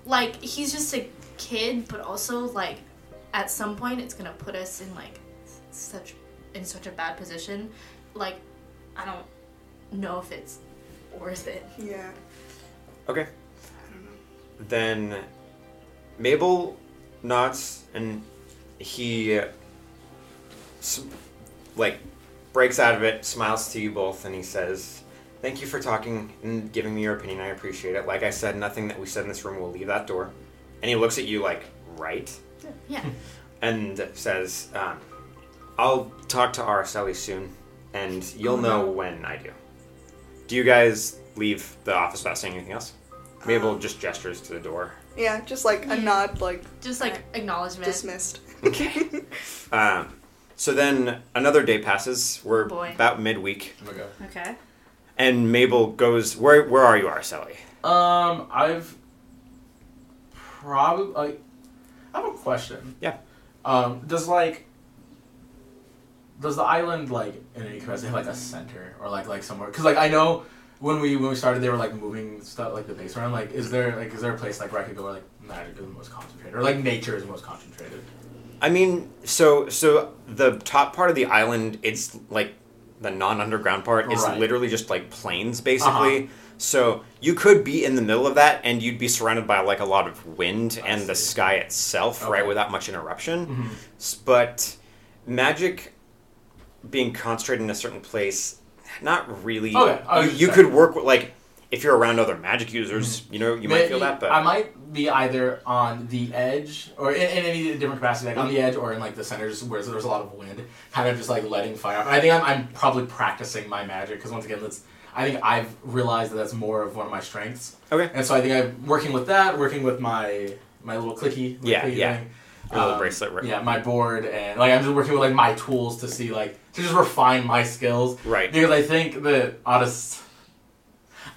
Speaker 6: like he's just a kid, but also like at some point it's gonna put us in like such in such a bad position. Like I don't know if it's worth it.
Speaker 3: Yeah.
Speaker 2: Okay. Then Mabel nods and he uh, s- like breaks out of it, smiles to you both, and he says, "Thank you for talking and giving me your opinion. I appreciate it. Like I said, nothing that we said in this room will leave that door." And he looks at you like, "Right,"
Speaker 6: Yeah.
Speaker 2: and says, um, "I'll talk to Araceli E soon, and you'll know when I do." Do you guys leave the office without saying anything else? Mabel just gestures to the door.
Speaker 3: Yeah, just like a nod, like
Speaker 6: Just like acknowledgement.
Speaker 3: dismissed.
Speaker 2: <laughs> Um, so then another day passes. We're
Speaker 6: Boy.
Speaker 2: about midweek,
Speaker 5: I'm gonna
Speaker 6: okay.
Speaker 2: and Mabel goes, "Where where are you, Araceli?"
Speaker 5: go. Um, I've probably. Like, I have a question.
Speaker 2: Yeah.
Speaker 5: Um, does like. Does the island like in any capacity have like a center or like like somewhere? Cause like I know when we when we started they were like moving stuff like the base around. Like is there like is there a place like where I could go where like magic is the most concentrated or like nature is the most concentrated?
Speaker 2: I mean, so so the top part of the island, it's like the non-underground part is
Speaker 5: Right. Uh-huh.
Speaker 2: literally just like plains, basically. So you could be in the middle of that, and you'd be surrounded by like a lot of wind
Speaker 5: I
Speaker 2: and the
Speaker 5: see.
Speaker 2: sky itself, right,
Speaker 5: Okay. Mm-hmm.
Speaker 2: without much interruption. S- But magic being concentrated in a certain place, not really.
Speaker 5: Okay, I was
Speaker 2: you
Speaker 5: just
Speaker 2: you
Speaker 5: saying.
Speaker 2: could work with like if you're around other magic users, you know, you might feel
Speaker 5: Maybe-
Speaker 2: that. But
Speaker 5: I might be either on the edge or in, in any different capacity, like on the edge or in like the centers where there's a lot of wind, kind of just like letting fire. Up. I think I'm, I'm probably practicing my magic because once again, that's I think I've realized that that's more of one of my strengths,
Speaker 2: okay,
Speaker 5: and so I think I'm working with that, working with my my little clicky, my
Speaker 2: Yeah,
Speaker 5: clicky
Speaker 2: yeah.
Speaker 5: thing. Um,
Speaker 2: Your little bracelet, right?
Speaker 5: Yeah, my board and like I'm just working with like my tools to see like to just refine my skills.
Speaker 2: Right.
Speaker 5: Because I think that honest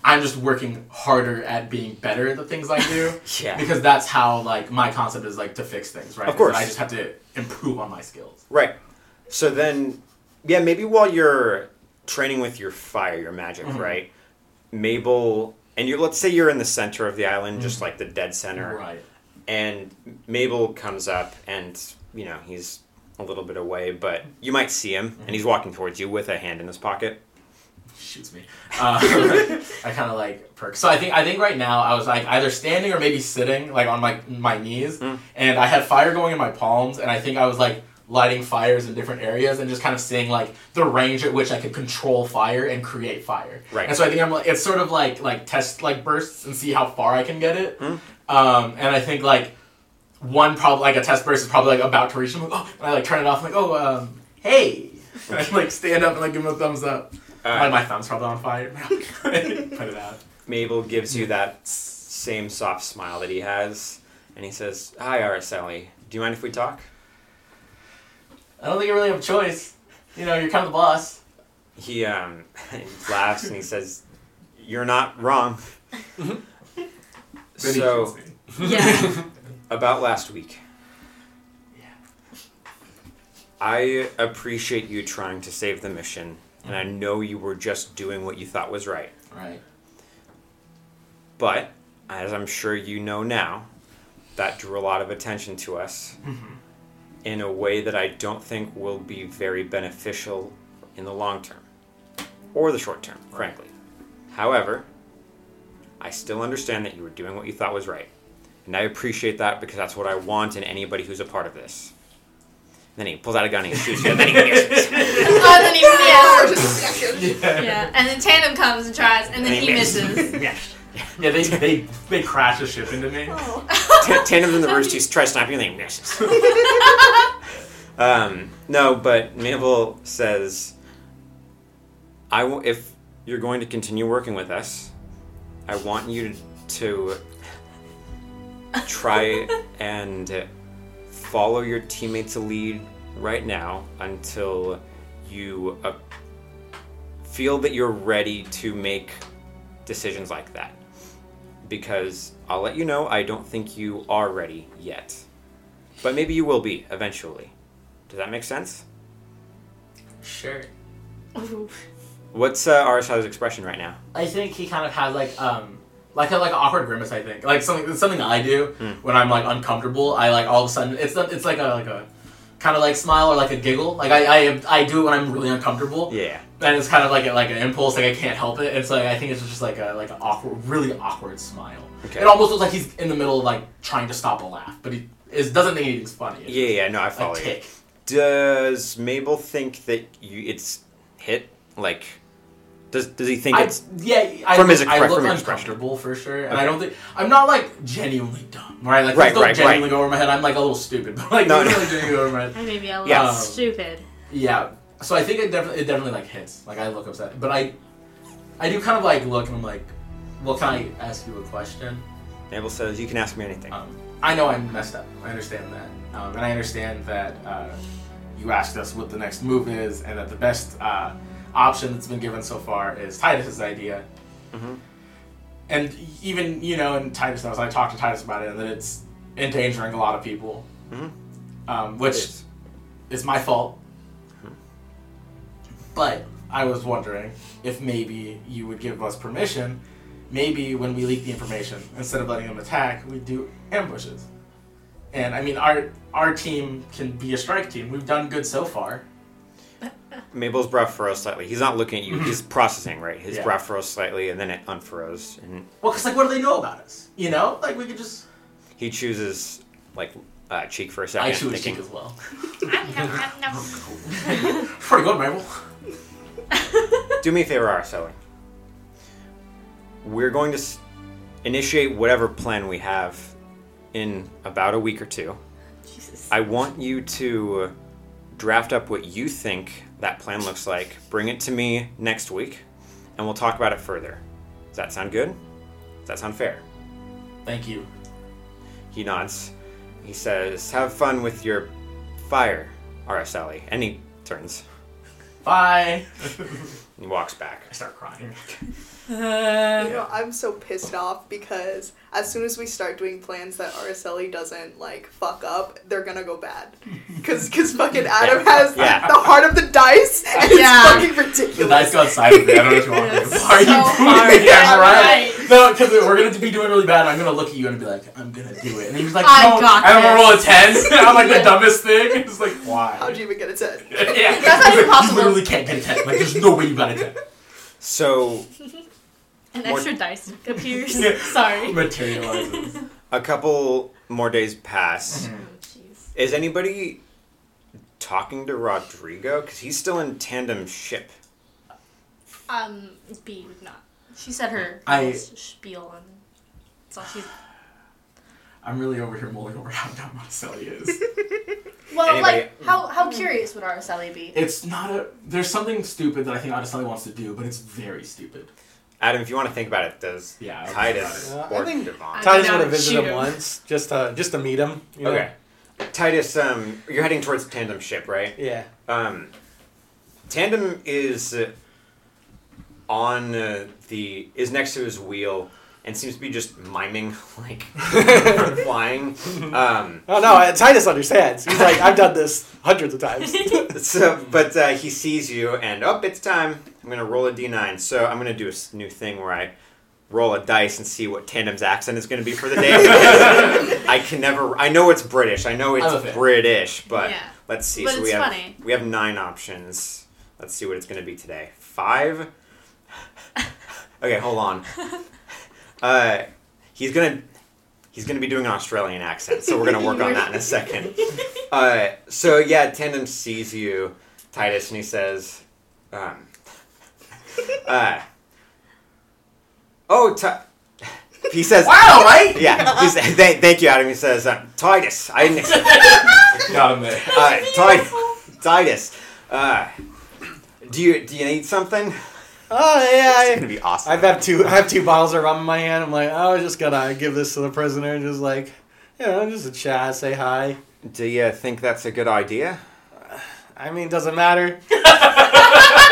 Speaker 5: I'm just working harder at being better at the things I do.
Speaker 2: <laughs> Yeah.
Speaker 5: Because that's how like my concept is like to fix things, right?
Speaker 2: Of course.
Speaker 5: Is that I just have to improve on my skills.
Speaker 2: Right. So then, yeah, maybe while you're training with your fire, your magic, right? Mabel, and you let's say you're in the center of the island, just like the dead center,
Speaker 5: Right.
Speaker 2: and Mabel comes up, and you know he's a little bit away, but you might see him, and he's walking towards you with a hand in his pocket.
Speaker 5: Shoots me. Uh, <laughs> I kind of like perk. So I think I think right now I was like either standing or maybe sitting like on my my knees, and I had fire going in my palms, and I think I was like lighting fires in different areas and just kind of seeing like the range at which I could control fire and create fire.
Speaker 2: Right.
Speaker 5: And so I think I'm like it's sort of like like test like bursts and see how far I can get it. Um, and I think like one probably like a test burst is probably like about to reach him. Like, oh, and I like turn it off. like oh um hey. <laughs> And I like stand up and like give him a thumbs up.
Speaker 2: Uh,
Speaker 5: Like, my thumb's probably on fire. <laughs> Put it out.
Speaker 2: Mabel gives you that s- same soft smile that he has, and he says, "Hi, Araceli. E. Do you mind if we talk?"
Speaker 5: I don't think you really have a choice. You know, you're kind of the boss.
Speaker 2: he um <laughs> laughs and he says, "You're not
Speaker 5: <laughs>
Speaker 2: wrong."
Speaker 5: Then he
Speaker 2: so
Speaker 5: shoots me.
Speaker 6: <laughs> Yeah.
Speaker 2: about last week,
Speaker 5: Yeah.
Speaker 2: I appreciate you trying to save the mission, and I know you were just doing what you thought was right.
Speaker 5: <laughs> Right.
Speaker 2: But as I'm sure you know now, that drew a lot of attention to us in a way that I don't think will be very beneficial in the long term or the short term, frankly. However, I still understand that you were doing what you thought was right. And I appreciate that because that's what I want in anybody who's a part of this. Then he pulls out a gun and he
Speaker 5: <laughs>
Speaker 2: shoots you, and then he misses.
Speaker 6: I don't even
Speaker 3: Yeah,
Speaker 6: yeah.
Speaker 3: just second.
Speaker 6: yeah. And then Tandem comes and tries, and then
Speaker 2: And he
Speaker 6: he
Speaker 2: misses. <laughs>
Speaker 6: misses.
Speaker 5: Yeah. Yeah, they, they, they crash the ship into me.
Speaker 2: T- Tandem in the roost, he's tries snapping and then he misses. um, no, but Mabel says, "I will, if you're going to continue working with us, I want you to, to try and follow your teammates' lead right now until you uh, feel that you're ready to make decisions like that. Because I'll let you know, I don't think you are ready yet. But maybe you will be eventually. Does that make sense?
Speaker 5: Sure.
Speaker 2: What's uh, Arashad's expression right now?
Speaker 5: I think he kind of had like um like a like an awkward grimace. I think like something it's something I do
Speaker 2: Hmm.
Speaker 5: when I'm like uncomfortable. I like all of a sudden it's not, it's like a like a kind of like smile or like a giggle. Like I I, I do it when I'm really uncomfortable.
Speaker 2: Yeah.
Speaker 5: And it's kind of like a, like an impulse. Like I can't help it. It's like I think it's just like a like an awkward, really awkward smile.
Speaker 2: Okay.
Speaker 5: It almost looks like he's in the middle of like trying to stop a laugh, but he is doesn't think anything's funny. It's
Speaker 2: Yeah, Oh, yeah, no, I
Speaker 5: just A
Speaker 2: follow you.
Speaker 5: tick.
Speaker 2: Does Mabel think that you it's hit? Like, does does he think
Speaker 5: I,
Speaker 2: it's
Speaker 5: yeah, I,
Speaker 2: From
Speaker 5: look-
Speaker 2: his expre-
Speaker 5: I look
Speaker 2: from his expression.
Speaker 5: uncomfortable for sure, and
Speaker 2: Okay.
Speaker 5: I don't think I'm not like genuinely dumb, right? Like
Speaker 2: Right,
Speaker 5: things don't
Speaker 2: right,
Speaker 5: genuinely go over my head. I'm like a little stupid, <laughs> but like
Speaker 2: No,
Speaker 5: things
Speaker 2: no.
Speaker 5: don't genuinely go over my head.
Speaker 6: I may be a little
Speaker 2: Yeah.
Speaker 6: stupid.
Speaker 5: Yeah, so I think it definitely it definitely like hits. Like I look upset, but I I do kind of like look and I'm like, well, can I ask you a question?
Speaker 2: Mabel says you can ask me anything?
Speaker 5: Um, I know I'm messed up. I understand that, um, and I understand that uh, you asked us what the next move is, and that the best uh, option that's been given so far is Titus's idea.
Speaker 2: Mhm.
Speaker 5: And even you know, and Titus knows. I talked to Titus about it, and that it's endangering a lot of people,
Speaker 2: Mhm.
Speaker 5: um, which
Speaker 2: It's-
Speaker 5: is my fault. Hmm. But I was wondering if maybe you would give us permission. Maybe when we leak the information, instead of letting them attack, we do ambushes. And I mean, our our team can be a strike team. We've done good so far.
Speaker 2: Mabel's brow furrows slightly. He's not looking at you.
Speaker 5: <clears throat>
Speaker 2: He's processing, right? His
Speaker 5: Yeah.
Speaker 2: brow furrows slightly, and then it unfurrows, and
Speaker 5: Well, because like, what do they know about us? You know, like we could just.
Speaker 2: he chooses like uh, cheek for a second,
Speaker 5: I choose
Speaker 2: thinking,
Speaker 5: cheek as well.
Speaker 6: I
Speaker 5: <laughs> Pretty good, Mabel.
Speaker 2: Do me a favor, Arcelli. E. We're going to s- initiate whatever plan we have in about a week or two.
Speaker 6: Jesus.
Speaker 2: I want you to draft up what you think that plan looks like. Bring it to me next week, and we'll talk about it further. Does that sound good? Does that sound fair?
Speaker 5: Thank you.
Speaker 2: He nods. He says, "Have fun with your fire, Araceli." E." And he turns.
Speaker 5: Bye.
Speaker 2: and He walks back.
Speaker 5: I start crying.
Speaker 6: Uh,
Speaker 3: You know, I'm so pissed off because as soon as we start doing plans that RSLE E doesn't like fuck up, they're gonna go bad.
Speaker 6: <laughs>
Speaker 3: Cause, cause fucking Adam has
Speaker 2: Yeah.
Speaker 3: the heart of the dice, <laughs> and
Speaker 6: Yeah.
Speaker 3: it's fucking
Speaker 5: The
Speaker 3: ridiculous.
Speaker 5: dice got <laughs> sideways. I don't know what you want me to do.
Speaker 6: That's
Speaker 5: Are you
Speaker 6: so hard.
Speaker 5: moving? Yeah,
Speaker 6: Yeah,
Speaker 5: right.
Speaker 6: right.
Speaker 5: No, because we're gonna be doing really bad. and I'm gonna look at you and be like, I'm gonna do it. And he's like,
Speaker 6: I
Speaker 5: No,
Speaker 6: got
Speaker 5: I'm gonna
Speaker 6: this.
Speaker 5: roll a ten. <laughs> I'm like the
Speaker 6: <laughs> Yeah.
Speaker 5: dumbest thing. It's like, why? <laughs>
Speaker 3: How'd you even get a 10?
Speaker 5: yeah,
Speaker 6: That's not
Speaker 5: He's like,
Speaker 6: even
Speaker 5: You
Speaker 6: possible.
Speaker 5: literally can't get a ten. Like, there's no way you got a ten.
Speaker 6: <laughs>
Speaker 2: So
Speaker 6: An
Speaker 2: More-
Speaker 6: extra dice appears.
Speaker 5: Yeah.
Speaker 6: Sorry.
Speaker 5: <laughs> Materializes.
Speaker 2: a couple more days pass.
Speaker 4: Mm-hmm.
Speaker 6: Oh, jeez.
Speaker 2: Is anybody talking to Rodrigo? Because he's still in tandem ship.
Speaker 6: Um, B would not. She said her
Speaker 5: I-
Speaker 6: I, spiel and that's all she's.
Speaker 5: I'm really over here mulling over how dumb Marcelli
Speaker 6: <laughs>
Speaker 5: is.
Speaker 6: <sighs> Well,
Speaker 2: Anybody-
Speaker 6: like, how how curious would Araceli be?
Speaker 5: It's not a. There's something stupid that I think Araceli wants to do, but it's very stupid.
Speaker 2: Adam, if you want to think about it, does
Speaker 5: Yeah, I'll
Speaker 2: Titus
Speaker 4: think about it.
Speaker 2: or
Speaker 4: Uh, I think-
Speaker 2: Devon?
Speaker 6: I-
Speaker 4: Titus would have
Speaker 6: Shoot
Speaker 4: visited him
Speaker 6: him.
Speaker 4: once, just to just to meet him. you know?
Speaker 2: Okay. Titus, um, you're heading towards tandem ship, right?
Speaker 4: Yeah.
Speaker 2: Um, tandem is uh, on uh, the is next to his wheel and seems to be just miming <laughs>
Speaker 4: <laughs>
Speaker 2: like flying. Um,
Speaker 4: Oh no, I- Titus understands. He's like, I've done this hundreds of times.
Speaker 2: So, but uh, he sees you, and oh, it's time. I'm gonna roll a d9. So I'm gonna do a s- new thing where I roll a dice and see what Tandem's accent is going to be for the
Speaker 5: <laughs>
Speaker 2: day. because I can never. I know it's British. I know
Speaker 5: I'm a fan.
Speaker 2: it's British, but
Speaker 6: Yeah.
Speaker 2: let's see.
Speaker 6: But
Speaker 2: so
Speaker 6: it's
Speaker 2: we have
Speaker 6: funny.
Speaker 2: we have nine options. Let's see what it's going to be today.
Speaker 6: <laughs>
Speaker 2: Five. okay, hold on. Uh, he's gonna he's gonna be doing an Australian accent, so we're gonna work on that in a
Speaker 6: <laughs>
Speaker 2: second. Uh, so yeah, Tandem sees you, Titus, and he says, um, <laughs> uh, "Oh, Ti he says."
Speaker 5: Wow, right?
Speaker 2: Yeah, he's, th- thank you, Adam. He says, uh, Titus. I
Speaker 6: <laughs>
Speaker 2: didn't expect
Speaker 5: Got him there.
Speaker 2: uh, Ti- Titus. Uh, do you do you need something?
Speaker 4: Oh
Speaker 2: It's
Speaker 4: yeah.
Speaker 2: gonna be awesome.
Speaker 4: I, I have two. I have two bottles of rum in my hand. I'm like, oh, I just gotta give this to the prisoner and just like, you know, just a chat, say hi.
Speaker 2: Do you think that's a good idea?
Speaker 4: I mean, doesn't matter.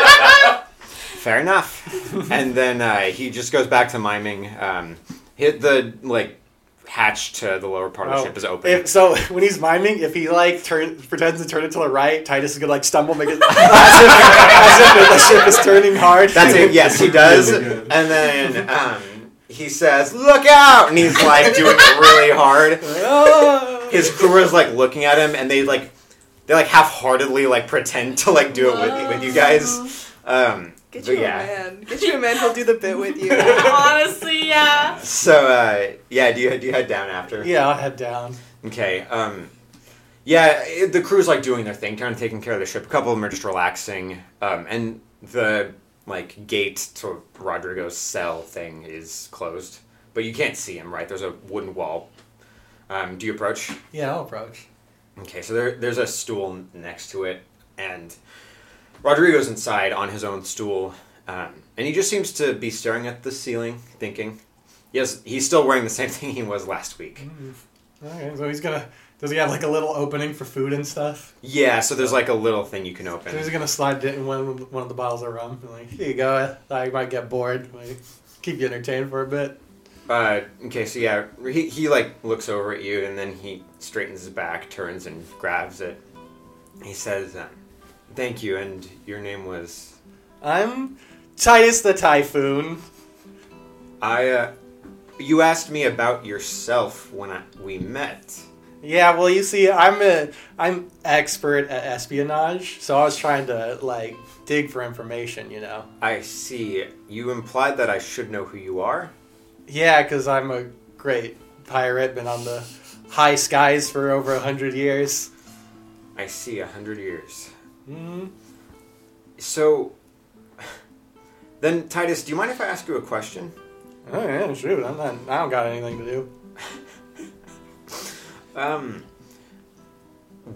Speaker 2: Fair <laughs> enough. and then uh, he just goes back to miming. Um, hit the like hatch to the lower part of the
Speaker 4: Oh.
Speaker 2: ship is open.
Speaker 4: If, so <laughs> when he's miming, if he like turn, pretends to turn it to the right, Titus is gonna like stumble, make it <laughs> as if, as if the ship is turning hard.
Speaker 2: That's
Speaker 4: <laughs>
Speaker 2: it. Yes, he does.
Speaker 5: Really good.
Speaker 2: and then um, he says, "Look out!" And he's like doing it really hard.
Speaker 4: Oh.
Speaker 2: His crew is like looking at him, and they like they like half-heartedly like pretend to like do it with, with you guys. Um,
Speaker 3: Get
Speaker 2: but
Speaker 3: you
Speaker 2: yeah.
Speaker 3: a man. Get you a man. He'll do the bit with
Speaker 6: <laughs>
Speaker 3: you. <laughs>
Speaker 6: Honestly, yeah.
Speaker 2: So uh, yeah, do you do you head down after?
Speaker 4: Yeah, I'll head down.
Speaker 2: Okay. Um, yeah, it, the crew's like doing their thing, kind of taking care of the ship. A couple of them are just relaxing, um, and the like gate to Rodrigo's cell thing is closed, but you can't see him. Right? There's a wooden wall. Um, do you approach?
Speaker 4: Yeah, I'll approach.
Speaker 2: Okay, so there, there's a stool next to it, and Rodrigo's inside on his own stool, um, and he just seems to be staring at the ceiling, thinking. Yes, he's still wearing the same <laughs> thing he was last week.
Speaker 4: Okay, so he's gonna. Does he have like a little opening for food and stuff?
Speaker 2: Yeah, so there's like a little thing you can open.
Speaker 4: So he's gonna slide it in one of- one of the bottles of rum. and like, here you go. I might get bored. Like, keep you entertained for a bit.
Speaker 2: Uh, okay, so yeah, he, he like looks over at you and then he straightens his back, turns and grabs it. He says, um, "Thank you." And your name was
Speaker 4: I'm Titus the Typhoon.
Speaker 2: I. Uh, you asked me about yourself when I, we met.
Speaker 4: Yeah, well, you see, I'm a I'm expert at espionage, so I was trying to like dig for information, you know.
Speaker 2: I see. You implied that I should know who you are.
Speaker 4: Yeah, because I'm a great pirate, been on the high skies for over a hundred years.
Speaker 2: I see. A hundred years.
Speaker 4: Mm,
Speaker 2: So. <sighs> Then Titus, do you mind if I ask you a question?
Speaker 4: oh yeah, shoot, I'm not. I don't got anything to do.
Speaker 2: Um,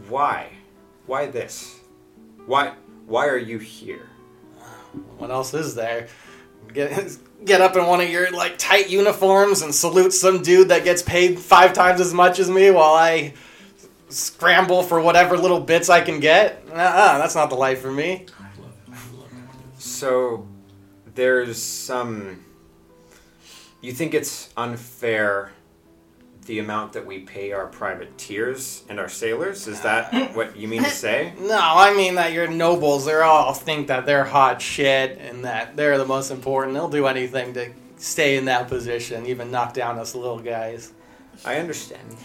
Speaker 2: why? Why this? Why? Why are you here?
Speaker 4: What else is there? Get get up in one of your like tight uniforms and salute some dude that gets paid five times as much as me while I scramble for whatever little bits I can get. Uh-uh, that's not the life for me.
Speaker 2: So, there's some. You think it's unfair the amount that we pay our privateers and our sailors? Is that what you mean to say?
Speaker 4: No, I mean that your nobles, they are all think that they're hot shit and that they're the most important. They'll do anything to stay in that position, even knock down us little guys.
Speaker 2: I understand.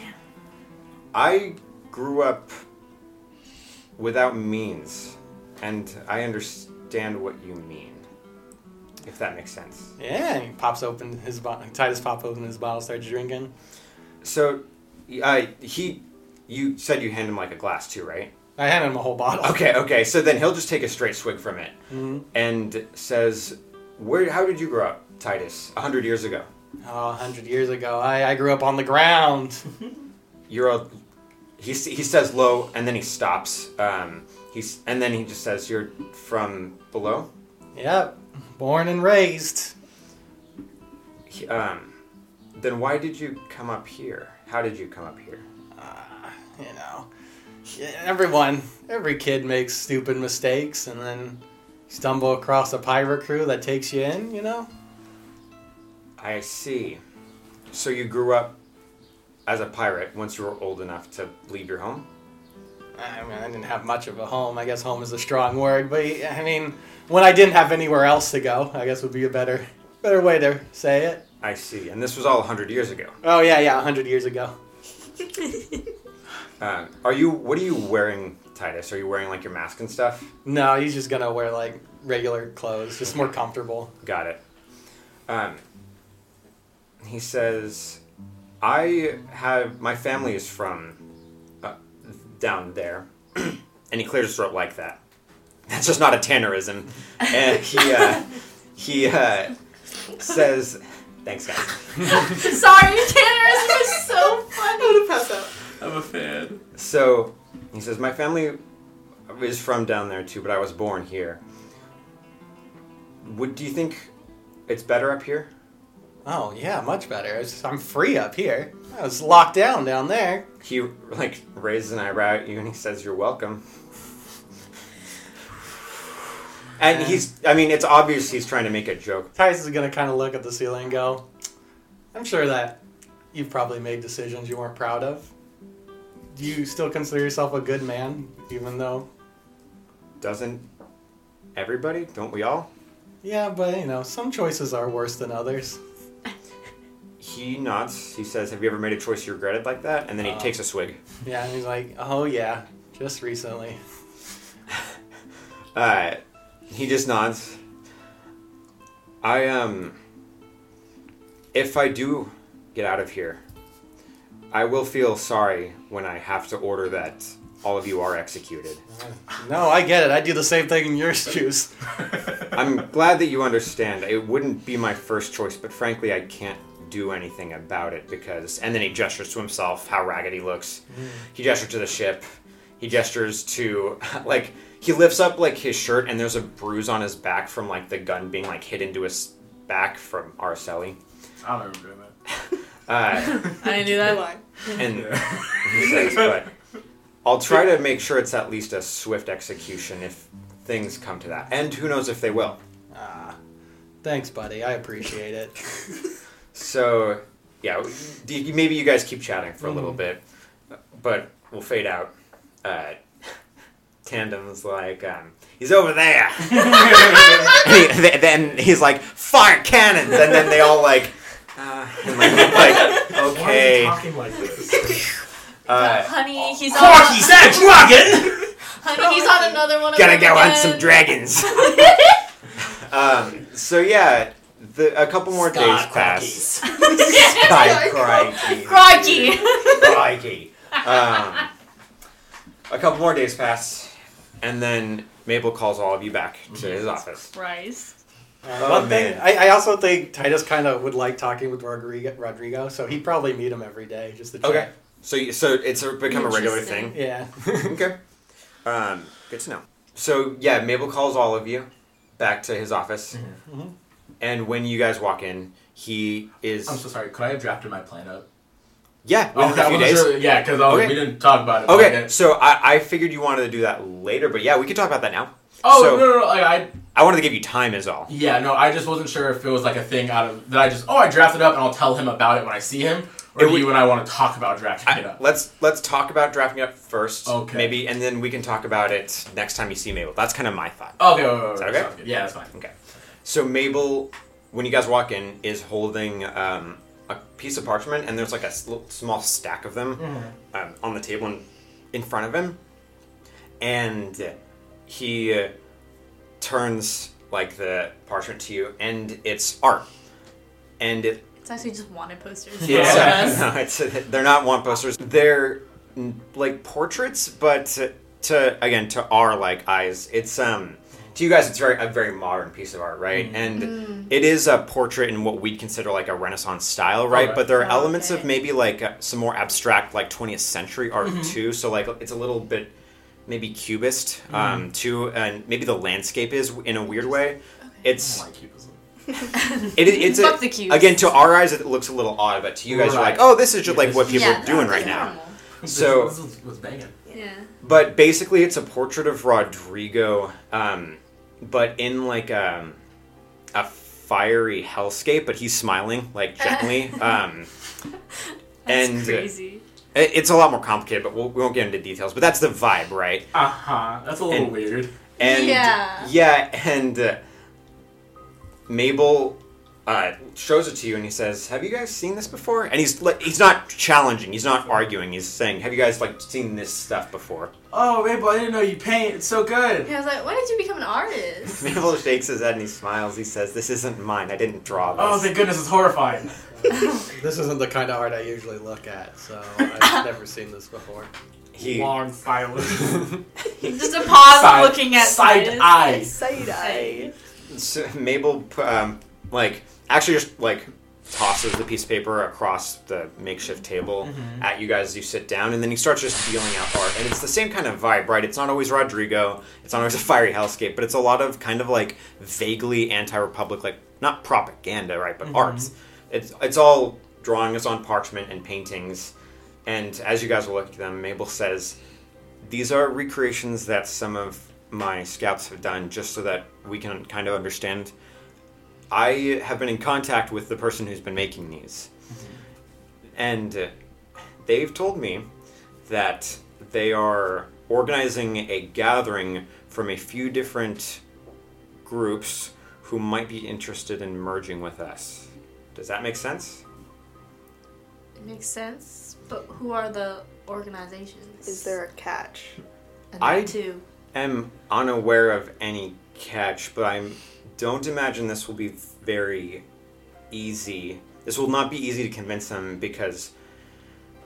Speaker 2: I grew up without means, and I understand what you mean. If that makes sense.
Speaker 4: Yeah, he pops open his bottle. Titus pops open his bottle, starts drinking.
Speaker 2: So, uh, he, you said you hand him like a glass too, right?
Speaker 4: I hand him a whole bottle.
Speaker 2: Okay, okay. So then he'll just take a straight swig from it
Speaker 4: Mhm.
Speaker 2: and says, "Where? How did you grow up, Titus? A hundred years ago.
Speaker 4: Oh, a hundred years ago, I, I grew up on the ground.
Speaker 2: You're a." He s- he says low, and then he stops. Um, he's and then he just says, "You're from below."
Speaker 4: Yep, born and raised.
Speaker 2: He- um, then why did you come up here? How did you come up here?
Speaker 4: You know, Yeah, everyone, every kid makes stupid mistakes, and then stumble across a pirate crew that takes you in. You know,
Speaker 2: I see. So you grew up as a pirate once you were old enough to leave your home.
Speaker 4: I mean, I didn't have much of a home. I guess home is a strong word, but I mean, when I didn't have anywhere else to go, I guess would be a better Better way to say it.
Speaker 2: I see. And this was all 100 years ago.
Speaker 4: Oh yeah, yeah, hundred years ago.
Speaker 2: Um, are you? What are you wearing, Titus? Are you wearing like your mask and stuff?
Speaker 4: No, he's just gonna wear like regular clothes, just more comfortable.
Speaker 2: Got it. Um, he says, "I have my family is from uh, down there," <clears throat> and he clears his throat like that. That's just not a Tannerism. And he uh, he uh, says, "Thanks, guys."
Speaker 6: Sorry, Tannerism is so funny.
Speaker 3: I'm gonna pass out.
Speaker 5: I'm a fan.
Speaker 2: So he says, My family is from down there too, but I was born here. Would do you think it's better up here?
Speaker 4: Oh yeah, much better. It's I'm free up here. I was locked down down there.
Speaker 2: He like raises an eyebrow at you and he says, You're welcome. And he's I mean, it's obvious he's trying to make a joke.
Speaker 4: Titus is gonna kind of look at the ceiling and go, "I'm sure that you've probably made decisions you weren't proud of. Do you still consider yourself a good man, even though?
Speaker 2: Doesn't everybody? Don't we all?
Speaker 4: Yeah, but you know, some choices are worse than others.
Speaker 2: He nods, he says, Have you ever made a choice you regretted like that? And then he
Speaker 4: Uh.
Speaker 2: takes a swig.
Speaker 4: Yeah, and he's like, oh yeah, just recently.
Speaker 2: Uh, he just nods. I um. If I do get out of here, I will feel sorry when I have to order that all of you are executed.
Speaker 4: No, I get it. I do the same thing in your <laughs> shoes.
Speaker 2: I'm glad that you understand. It wouldn't be my first choice, but frankly, I can't do anything about it because. And then he gestures to himself how ragged he looks. He gestures to the ship. He gestures to <laughs> like he lifts up like his shirt, and there's a bruise on his back from like the gun being like hit into his back from Araceli.
Speaker 5: I don't remember doing that.
Speaker 2: Uh,
Speaker 6: I didn't do
Speaker 3: You're
Speaker 6: that.
Speaker 3: lying.
Speaker 2: and <laughs> he says, but I'll try to make sure it's at least a swift execution if things come to that. And who knows if they will.
Speaker 4: Ah, thanks, buddy. I appreciate it.
Speaker 2: So, yeah, do you- maybe you guys keep chatting for a little
Speaker 5: Mm.
Speaker 2: bit, but we'll fade out. Uh, Tandem's like, um, he's over
Speaker 5: <laughs>
Speaker 2: there. and he, th- then he's like, fire cannons. And then they all like, uh, and <laughs> like, like, okay.
Speaker 5: Why are you talking like this?
Speaker 2: Uh,
Speaker 6: Honey, he's on.
Speaker 2: Corky's that
Speaker 5: <laughs>
Speaker 2: dragon!
Speaker 6: Honey, he's on another one. of
Speaker 2: Gotta
Speaker 6: them
Speaker 2: go hunt
Speaker 6: again.
Speaker 2: some
Speaker 6: <laughs>
Speaker 2: dragons. um, so, yeah, the, a couple more days pass.
Speaker 5: <laughs>
Speaker 2: Sky crikey.
Speaker 6: Crikey.
Speaker 2: Crikey. Um, a couple more days pass, and then Mabel calls all of you back to his office.
Speaker 6: Rice.
Speaker 4: Uh,
Speaker 2: Oh,
Speaker 4: One thing
Speaker 2: man.
Speaker 4: I, I also think Titus kind of would like talking with Rodrigo, Rodrigo, so he'd probably meet him every day just to check.
Speaker 2: Okay. So, you, so it's a, become a regular thing.
Speaker 4: Yeah.
Speaker 2: <laughs> Okay. Um, good to know. So yeah, Mabel calls all of you back to his office,
Speaker 5: Mm-hmm.
Speaker 2: and when you guys walk in, he is
Speaker 5: I'm so sorry. Could I have drafted my plan up? Oh,
Speaker 2: yeah within
Speaker 5: Okay, I
Speaker 2: a few
Speaker 5: wasn't
Speaker 2: days.
Speaker 5: sure- yeah, because like,
Speaker 2: Okay.
Speaker 5: we didn't talk about it. but I
Speaker 2: Okay,
Speaker 5: didn't-
Speaker 2: so I, I figured you wanted to do that later, but yeah, we could talk about that now.
Speaker 5: Oh
Speaker 2: so,
Speaker 5: no, no, no! Like, I
Speaker 2: I wanted to give you time, is all.
Speaker 5: yeah, no, I just wasn't sure if it was like a thing out of that. I just oh, I drafted up and I'll tell him about it when I see him, or
Speaker 2: It
Speaker 5: do
Speaker 2: would-
Speaker 5: you and I want to talk about drafting
Speaker 2: I-
Speaker 5: it up?
Speaker 2: let's let's talk about drafting up first,
Speaker 5: Okay.
Speaker 2: maybe, and then we can talk about it next time you see Mabel. That's kind of my thought.
Speaker 5: Okay, wait, wait, wait,
Speaker 2: that
Speaker 5: wait,
Speaker 2: okay?
Speaker 5: sounds good. Yeah, that's fine.
Speaker 2: Okay, so Mabel, when you guys walk in, is holding um, a piece of parchment, and there's like a s- little small stack of them um, on the table in, in front of him, and he uh, turns like the parchment to you, and it's art, and it
Speaker 6: It's actually just wanted posters.
Speaker 2: yeah, <laughs> no, it's they're not want posters. They're mm, like portraits, but to, to again to our like eyes, it's um to you guys it's very a very modern piece of art, right? And it is a portrait in what we'd consider like a Renaissance style, right?
Speaker 5: Okay.
Speaker 2: But there are
Speaker 6: Oh,
Speaker 2: elements of
Speaker 6: okay.
Speaker 2: maybe like uh, some more abstract like 20th century art too. So like it's a little bit maybe cubist um too, and maybe the landscape is in a weird way. It's
Speaker 5: I don't like cubism.
Speaker 2: it, it's
Speaker 6: Fuck
Speaker 2: a,
Speaker 6: the cubes.
Speaker 2: again to our eyes it looks a little odd, but to you guys you're like,
Speaker 5: Right.
Speaker 2: oh, this is just like what
Speaker 5: Yeah,
Speaker 2: people
Speaker 6: Yeah,
Speaker 2: are doing
Speaker 6: that's
Speaker 2: right now.
Speaker 6: normal.
Speaker 2: So-
Speaker 5: this, this was, was banging.
Speaker 6: Yeah.
Speaker 2: But basically, it's a portrait of Rodrigo, um, but in like um, a fiery hellscape. But he's smiling like
Speaker 6: <laughs>
Speaker 2: gently, um,
Speaker 6: That's
Speaker 2: and uh, it,
Speaker 6: crazy.
Speaker 2: it's a lot more complicated. But we'll, we won't get into details. But that's the vibe, right?
Speaker 5: Uh huh. That's a little
Speaker 2: Uh-huh. And-
Speaker 5: weird.
Speaker 2: And
Speaker 6: Yeah.
Speaker 2: yeah, and uh, Mabel uh, shows it to you and he says, "Have you guys seen this before?" And he's like, he's not challenging, he's not arguing, he's saying, "Have you guys like seen this stuff before?" <laughs>
Speaker 5: Oh, Mabel, I didn't know you paint. It's so good.
Speaker 6: Yeah, I was like, why did you become
Speaker 2: <laughs>
Speaker 6: an artist? <laughs>
Speaker 2: Mabel shakes his head and he smiles. He says, "This isn't mine. I didn't draw this."
Speaker 5: Oh, thank goodness, it's horrifying.
Speaker 7: <laughs> This isn't the kind of art I usually look at, so I've never seen this before.
Speaker 2: he
Speaker 5: Long
Speaker 2: <laughs>
Speaker 5: silence.
Speaker 6: Just a pause
Speaker 5: Side-
Speaker 6: looking at
Speaker 5: side
Speaker 6: this.
Speaker 5: eye.
Speaker 3: Side eye.
Speaker 2: So Mabel, p- um, like, actually just, like, tosses the piece of paper across the makeshift table at you guys as you sit down, and then he starts just dealing out art. And it's the same kind of vibe, right? It's not always Rodrigo, it's not always a fiery hellscape, but it's a lot of kind of, like, vaguely anti republic, like, not propaganda, right? But arts. It's, it's all drawings on parchment and paintings. And as you guys will look at them, Mabel says, these are recreations that some of my scouts have done just so that we can kind of understand. I have been in contact with the person who's been making these. And uh, they've told me that they are organizing a gathering from a few different groups who might be interested in merging with us. Does that make sense?
Speaker 6: It makes sense, but who are the organizations?
Speaker 3: Is there a catch?
Speaker 6: And
Speaker 2: I-
Speaker 6: that too.
Speaker 2: am unaware of any catch, but I don't imagine this will be very easy. This will not be easy to convince him because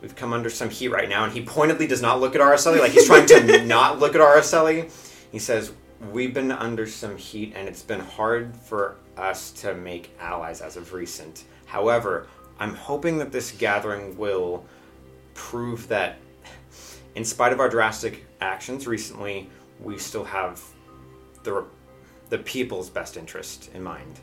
Speaker 2: we've come under some heat right now, and he pointedly does not look at RSLE. E. Like he's trying to not look at RSLE. E. He says, We've been under some heat, and it's been hard for us to make allies as of recent. However, I'm hoping that this gathering will prove that in spite of our drastic actions recently, we still have the the people's best interest in mind.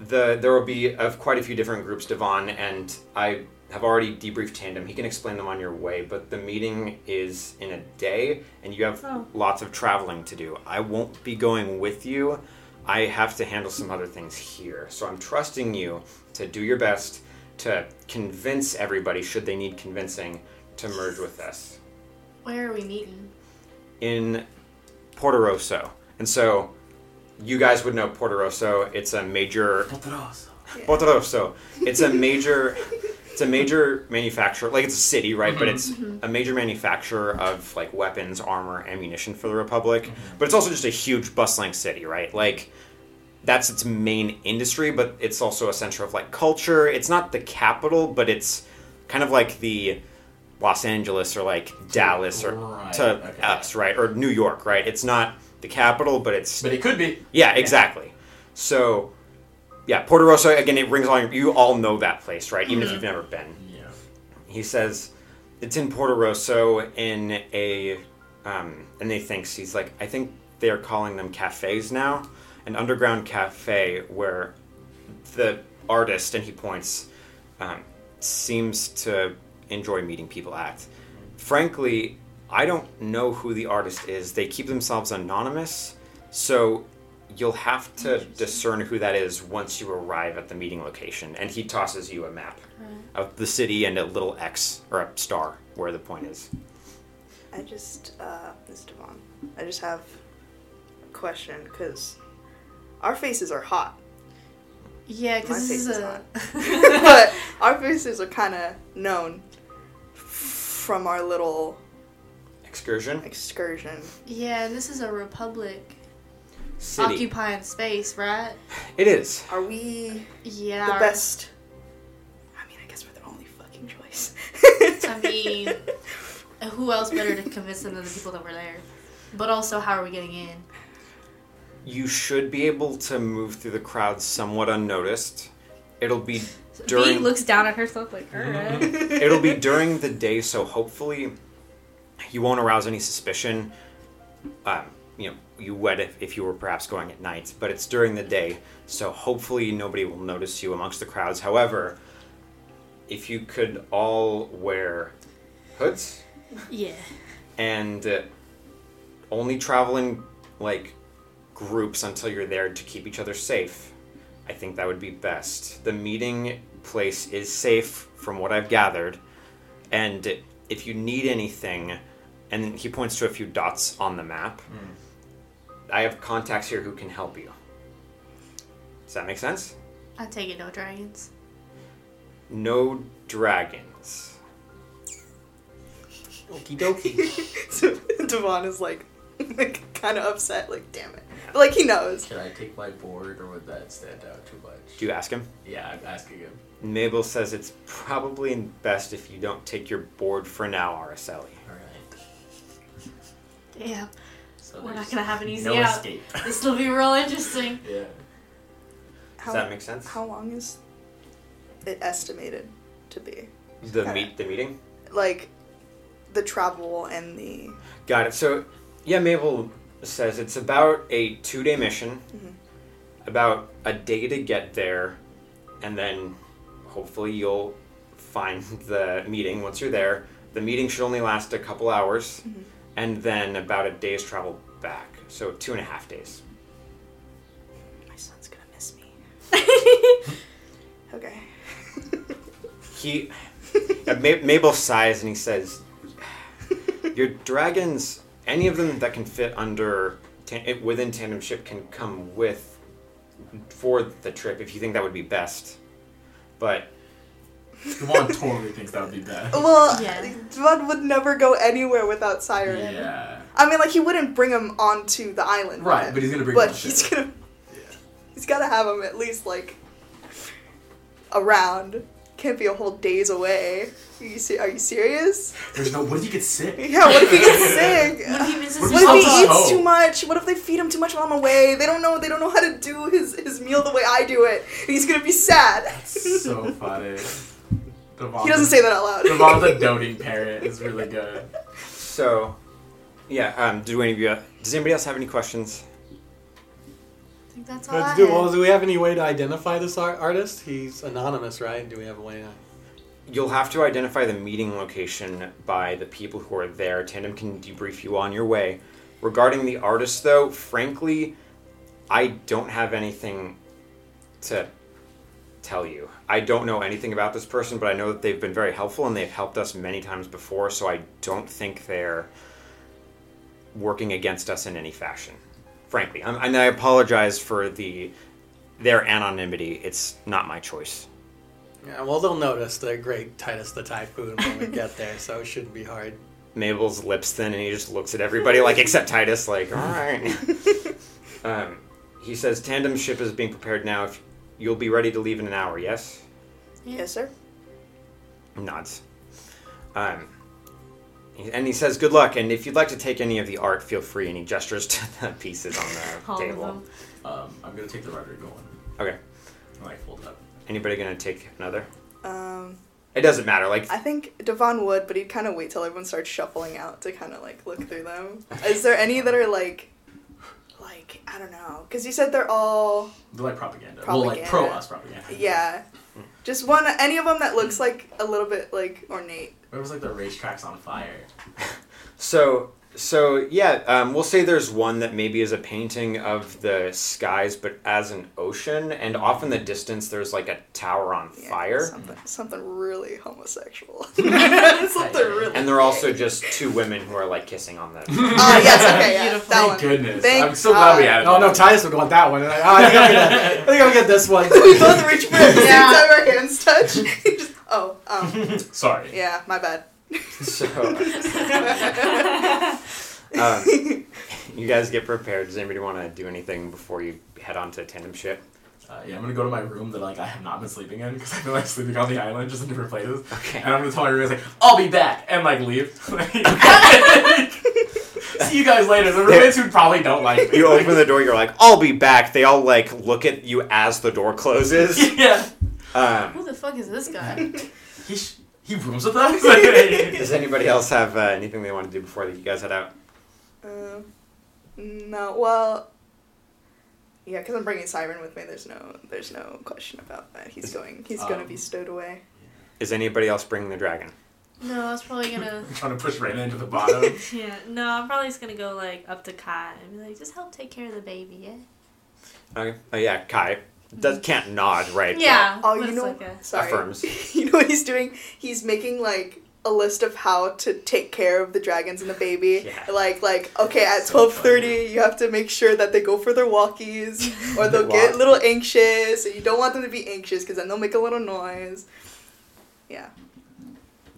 Speaker 2: The there will be of quite a few different groups, Devon, and I have already debriefed Tandem. He can explain them on your way, but the meeting is in a day, and you have
Speaker 6: Oh.
Speaker 2: lots of traveling to do. I won't be going with you. I have to handle some other things here, so I'm trusting you to do your best to convince everybody, should they need convincing, to merge with us
Speaker 6: Where are we meeting?
Speaker 2: in Portoroso. And so you guys would know Portoroso. It's a major Portoroso. It's a major it's a major manufacturer. Like it's a city, right?
Speaker 5: Mm-hmm.
Speaker 2: But it's a major manufacturer of like weapons, armor, ammunition for the Republic.
Speaker 5: Mm-hmm.
Speaker 2: But it's also just a huge bustling city, right? Like that's its main industry, but it's also a center of like culture. It's not the capital, but it's kind of like the Los Angeles or like Dallas or
Speaker 5: Right,
Speaker 2: to uh,
Speaker 5: okay.
Speaker 2: us, right? Or New York, right? It's not the capital, but it's
Speaker 5: But it could be.
Speaker 2: yeah, exactly. So, yeah, Porto Rosso again. It rings on you. All know that place, right? Even if you've never been.
Speaker 5: Yeah.
Speaker 2: He says it's in Porto Rosso in a, um, and he thinks he's like I think they are calling them cafes now, an underground cafe where the artist and he points um, seems to enjoy meeting people at. Frankly, I don't know who the artist is. They keep themselves anonymous, so you'll have to discern who that is once you arrive at the meeting location. And he tosses you a map of the city and a little X or a star where the point is.
Speaker 3: I just, uh, Miss Devon, I just have a question because our faces are hot,
Speaker 6: Yeah,
Speaker 3: My
Speaker 6: because this
Speaker 3: face is
Speaker 6: is a. <laughs>
Speaker 2: <laughs>
Speaker 3: <laughs> but our faces are kind of known from our little
Speaker 2: Excursion?
Speaker 3: excursion.
Speaker 6: yeah, and this is a republic
Speaker 2: City.
Speaker 6: occupying space, right?
Speaker 2: it is.
Speaker 3: Are we
Speaker 6: Yeah.
Speaker 3: the
Speaker 6: our-
Speaker 3: best? I mean, I guess we're the only fucking choice.
Speaker 6: I mean, who else better to convince them than the people that were there? But also, how are we getting in?
Speaker 2: You should be able to move through the crowd somewhat unnoticed. It'll be
Speaker 6: Bee
Speaker 2: during
Speaker 6: looks down at herself like,
Speaker 2: <laughs>
Speaker 6: alright.
Speaker 2: It'll be during the day, so hopefully you won't arouse any suspicion. Um, you know, you would if, if you were perhaps going at night, but it's during the day, so hopefully nobody will notice you amongst the crowds. However, if you could all wear hoods
Speaker 6: yeah.
Speaker 2: and uh, only travel in like groups until you're there to keep each other safe. I think that would be best. The meeting place is safe from what I've gathered, and if you need anything, and he points to a few dots on the map, I have contacts here who can help you. Does that make sense?
Speaker 6: I take it, no dragons.
Speaker 2: No dragons.
Speaker 4: Okie
Speaker 3: <laughs>
Speaker 4: dokie.
Speaker 3: so Devon is like, <laughs> like kind of upset, like damn it, but like he knows.
Speaker 5: Can I take my board, or would that stand out too much?
Speaker 2: Do you ask him?
Speaker 5: Yeah, I'm asking him.
Speaker 2: Mabel says it's probably best if you don't take your board for now, Araceli.
Speaker 5: All right.
Speaker 6: Damn,
Speaker 5: So
Speaker 6: we're not
Speaker 5: there's
Speaker 6: gonna have an easy
Speaker 5: no
Speaker 6: out.
Speaker 5: escape.
Speaker 6: This will be real interesting.
Speaker 5: yeah.
Speaker 3: How,
Speaker 2: Does that make sense?
Speaker 3: how long is it estimated to be?
Speaker 2: The meet the meeting.
Speaker 3: Like the travel and the
Speaker 2: Got it. So, yeah, Mabel says it's about a two day mission,
Speaker 3: Mm-hmm.
Speaker 2: about a day to get there, and then hopefully you'll find <laughs> the meeting once you're there. The meeting should only last a couple hours,
Speaker 3: Mm-hmm.
Speaker 2: and then about a day's travel back. So, two and a half days.
Speaker 3: my son's gonna miss
Speaker 6: <laughs>
Speaker 3: me. Okay.
Speaker 2: He. uh, Ma- Mabel sighs and he says, Your dragons, any of them that can fit under tan- it- within tandem ship, can come with for the trip if you think that would be best. But
Speaker 5: Devon totally thinks that would be bad.
Speaker 3: Well,
Speaker 6: Yeah.
Speaker 3: Devon would never go anywhere without Siren.
Speaker 5: Yeah.
Speaker 3: I mean, like he wouldn't bring him onto the island. with
Speaker 5: Right,
Speaker 3: him,
Speaker 5: but he's gonna bring.
Speaker 3: but
Speaker 5: him
Speaker 3: he's gonna. He's gotta have him at least like around. Can't be a whole days away. Are you, se- are you serious?
Speaker 5: There's no. What if you get sick?
Speaker 3: Yeah. What if he
Speaker 5: <laughs>
Speaker 3: gets sick?
Speaker 6: What if he misses
Speaker 5: What
Speaker 3: What
Speaker 6: his
Speaker 3: if
Speaker 5: Sounds
Speaker 3: he eats
Speaker 5: like-
Speaker 3: too much? What if they feed him too much while I'm away? They don't know. They don't know how to do his, his meal the way I do it. And he's gonna be sad.
Speaker 5: so funny. Devon,
Speaker 3: he doesn't say that out loud.
Speaker 5: Devon's a doting parent. It's really good.
Speaker 2: so, yeah. Um, do any of you? Does anybody else have any questions?
Speaker 6: I think that's all I
Speaker 7: Let's do,
Speaker 6: had.
Speaker 7: well, do we have any way to identify this ar- artist? He's anonymous, right? Do we have a way? To-
Speaker 2: You'll have to identify the meeting location by the people who are there. Tandem can debrief you on your way. Regarding the artist, though, frankly, I don't have anything to tell you. I don't know anything about this person, but I know that they've been very helpful and they've helped us many times before, so I don't think they're working against us in any fashion. Frankly, I'm, and I apologize for the their anonymity. It's not my choice.
Speaker 7: yeah, well, they'll notice the great Titus the Typhoon when we get there, so it shouldn't be hard.
Speaker 2: Mabel's lips thin, and he just looks at everybody, like except Titus, like all right.
Speaker 6: <laughs>
Speaker 2: um, he says, "Tandem ship is being prepared now. If you'll be ready to leave in an hour, yes."
Speaker 3: yes, sir.
Speaker 2: Nods. Um, and he says, "Good luck, and if you'd like to take any of the art, feel free." And he gestures to <laughs> the pieces on the
Speaker 6: All of
Speaker 2: table.
Speaker 6: them.
Speaker 5: Um, I'm gonna take the Rodrigo one.
Speaker 2: Okay.
Speaker 5: And like fold it up.
Speaker 2: Anybody gonna take another?
Speaker 3: Um,
Speaker 2: It doesn't matter. Like
Speaker 3: I think Devon would, but he'd kind of wait till everyone starts shuffling out to kind of like look through them. Is there any that are like, like I don't know? Because you said they're all
Speaker 5: They're like propaganda. Well, like
Speaker 3: Propaganda.
Speaker 5: pro us propaganda.
Speaker 3: yeah. Just one, any of them that looks like a little bit like ornate.
Speaker 5: It was like the racetrack's on
Speaker 3: <laughs>
Speaker 5: fire.
Speaker 2: So, so yeah, um, we'll say there's one that maybe is a painting of the skies, but as an ocean, and off in the distance there's like a tower on
Speaker 3: Yeah,
Speaker 2: fire,
Speaker 3: Something, something really homosexual. <laughs> something really.
Speaker 2: and they're also just two women who are like kissing on
Speaker 3: <laughs>
Speaker 2: the. <laughs>
Speaker 3: Ah, yes, okay, yeah,
Speaker 6: Beautiful.
Speaker 3: that
Speaker 5: Thank
Speaker 3: one.
Speaker 5: goodness.
Speaker 3: Thank uh,
Speaker 5: I'm so glad we
Speaker 3: God.
Speaker 5: added.
Speaker 7: Oh no,
Speaker 5: that.
Speaker 7: Titus would want that one. Like, oh, I, think I'm gonna, I think I'm gonna get this one.
Speaker 3: <laughs> we both reach for it at the
Speaker 6: Yeah.
Speaker 3: same time our hands touch. <laughs> Just- oh,
Speaker 2: <laughs>
Speaker 3: um,
Speaker 5: Sorry.
Speaker 3: yeah, my bad.
Speaker 2: so,
Speaker 6: <laughs>
Speaker 3: <laughs>
Speaker 2: um, you guys get prepared. Does anybody want to do anything before you head on to tandem ship?
Speaker 5: Uh, yeah, I'm gonna go to my room that like I have not been sleeping in because I've been like sleeping on the island just in different places.
Speaker 2: Okay.
Speaker 5: And I'm gonna tell my roommates like I'll be back and like leave. <laughs>
Speaker 2: <laughs>
Speaker 5: See you guys later. The roommates who probably don't like
Speaker 2: <laughs>
Speaker 5: me.
Speaker 2: You
Speaker 5: Like, <laughs>
Speaker 2: open the door. You're like, I'll be back. They all like look at you as the door
Speaker 3: <laughs>
Speaker 2: closes.
Speaker 5: yeah.
Speaker 2: Um,
Speaker 6: Who the fuck is this guy?
Speaker 5: He sh- he rooms
Speaker 2: <laughs>
Speaker 5: with us. <laughs> Like,
Speaker 2: does anybody else have uh, anything they want to do before you guys head out?
Speaker 3: Um, no, well, yeah, because I'm bringing Siren with me. There's no, there's no question about that. He's going, he's gonna be
Speaker 5: Um,
Speaker 3: stowed away.
Speaker 2: Is anybody else bringing the dragon?
Speaker 6: no, I was probably gonna.
Speaker 5: I'm trying to push Raina into
Speaker 2: <laughs>
Speaker 5: the bottom.
Speaker 6: <laughs> Yeah, no, I'm probably just gonna go like up to Kai and be like, just help take care of the baby, yeah.
Speaker 2: Okay. Oh yeah, Kai does can't nod right.
Speaker 6: Yeah.
Speaker 3: Oh,
Speaker 6: but
Speaker 3: you
Speaker 6: it's
Speaker 3: know,
Speaker 6: like a-
Speaker 3: sorry. <laughs>
Speaker 2: Affirms.
Speaker 3: you know what he's doing? He's making like a list of how to take care of the dragons and the baby.
Speaker 2: <laughs> Yeah.
Speaker 3: Like like okay, at
Speaker 2: So
Speaker 3: twelve
Speaker 2: funny.
Speaker 3: thirty you have to make sure that they go for their
Speaker 6: <laughs>
Speaker 3: walkies or
Speaker 2: They
Speaker 3: they'll get
Speaker 2: walk.
Speaker 3: a little anxious. And you don't want them to be anxious because then they'll make a little noise. Yeah.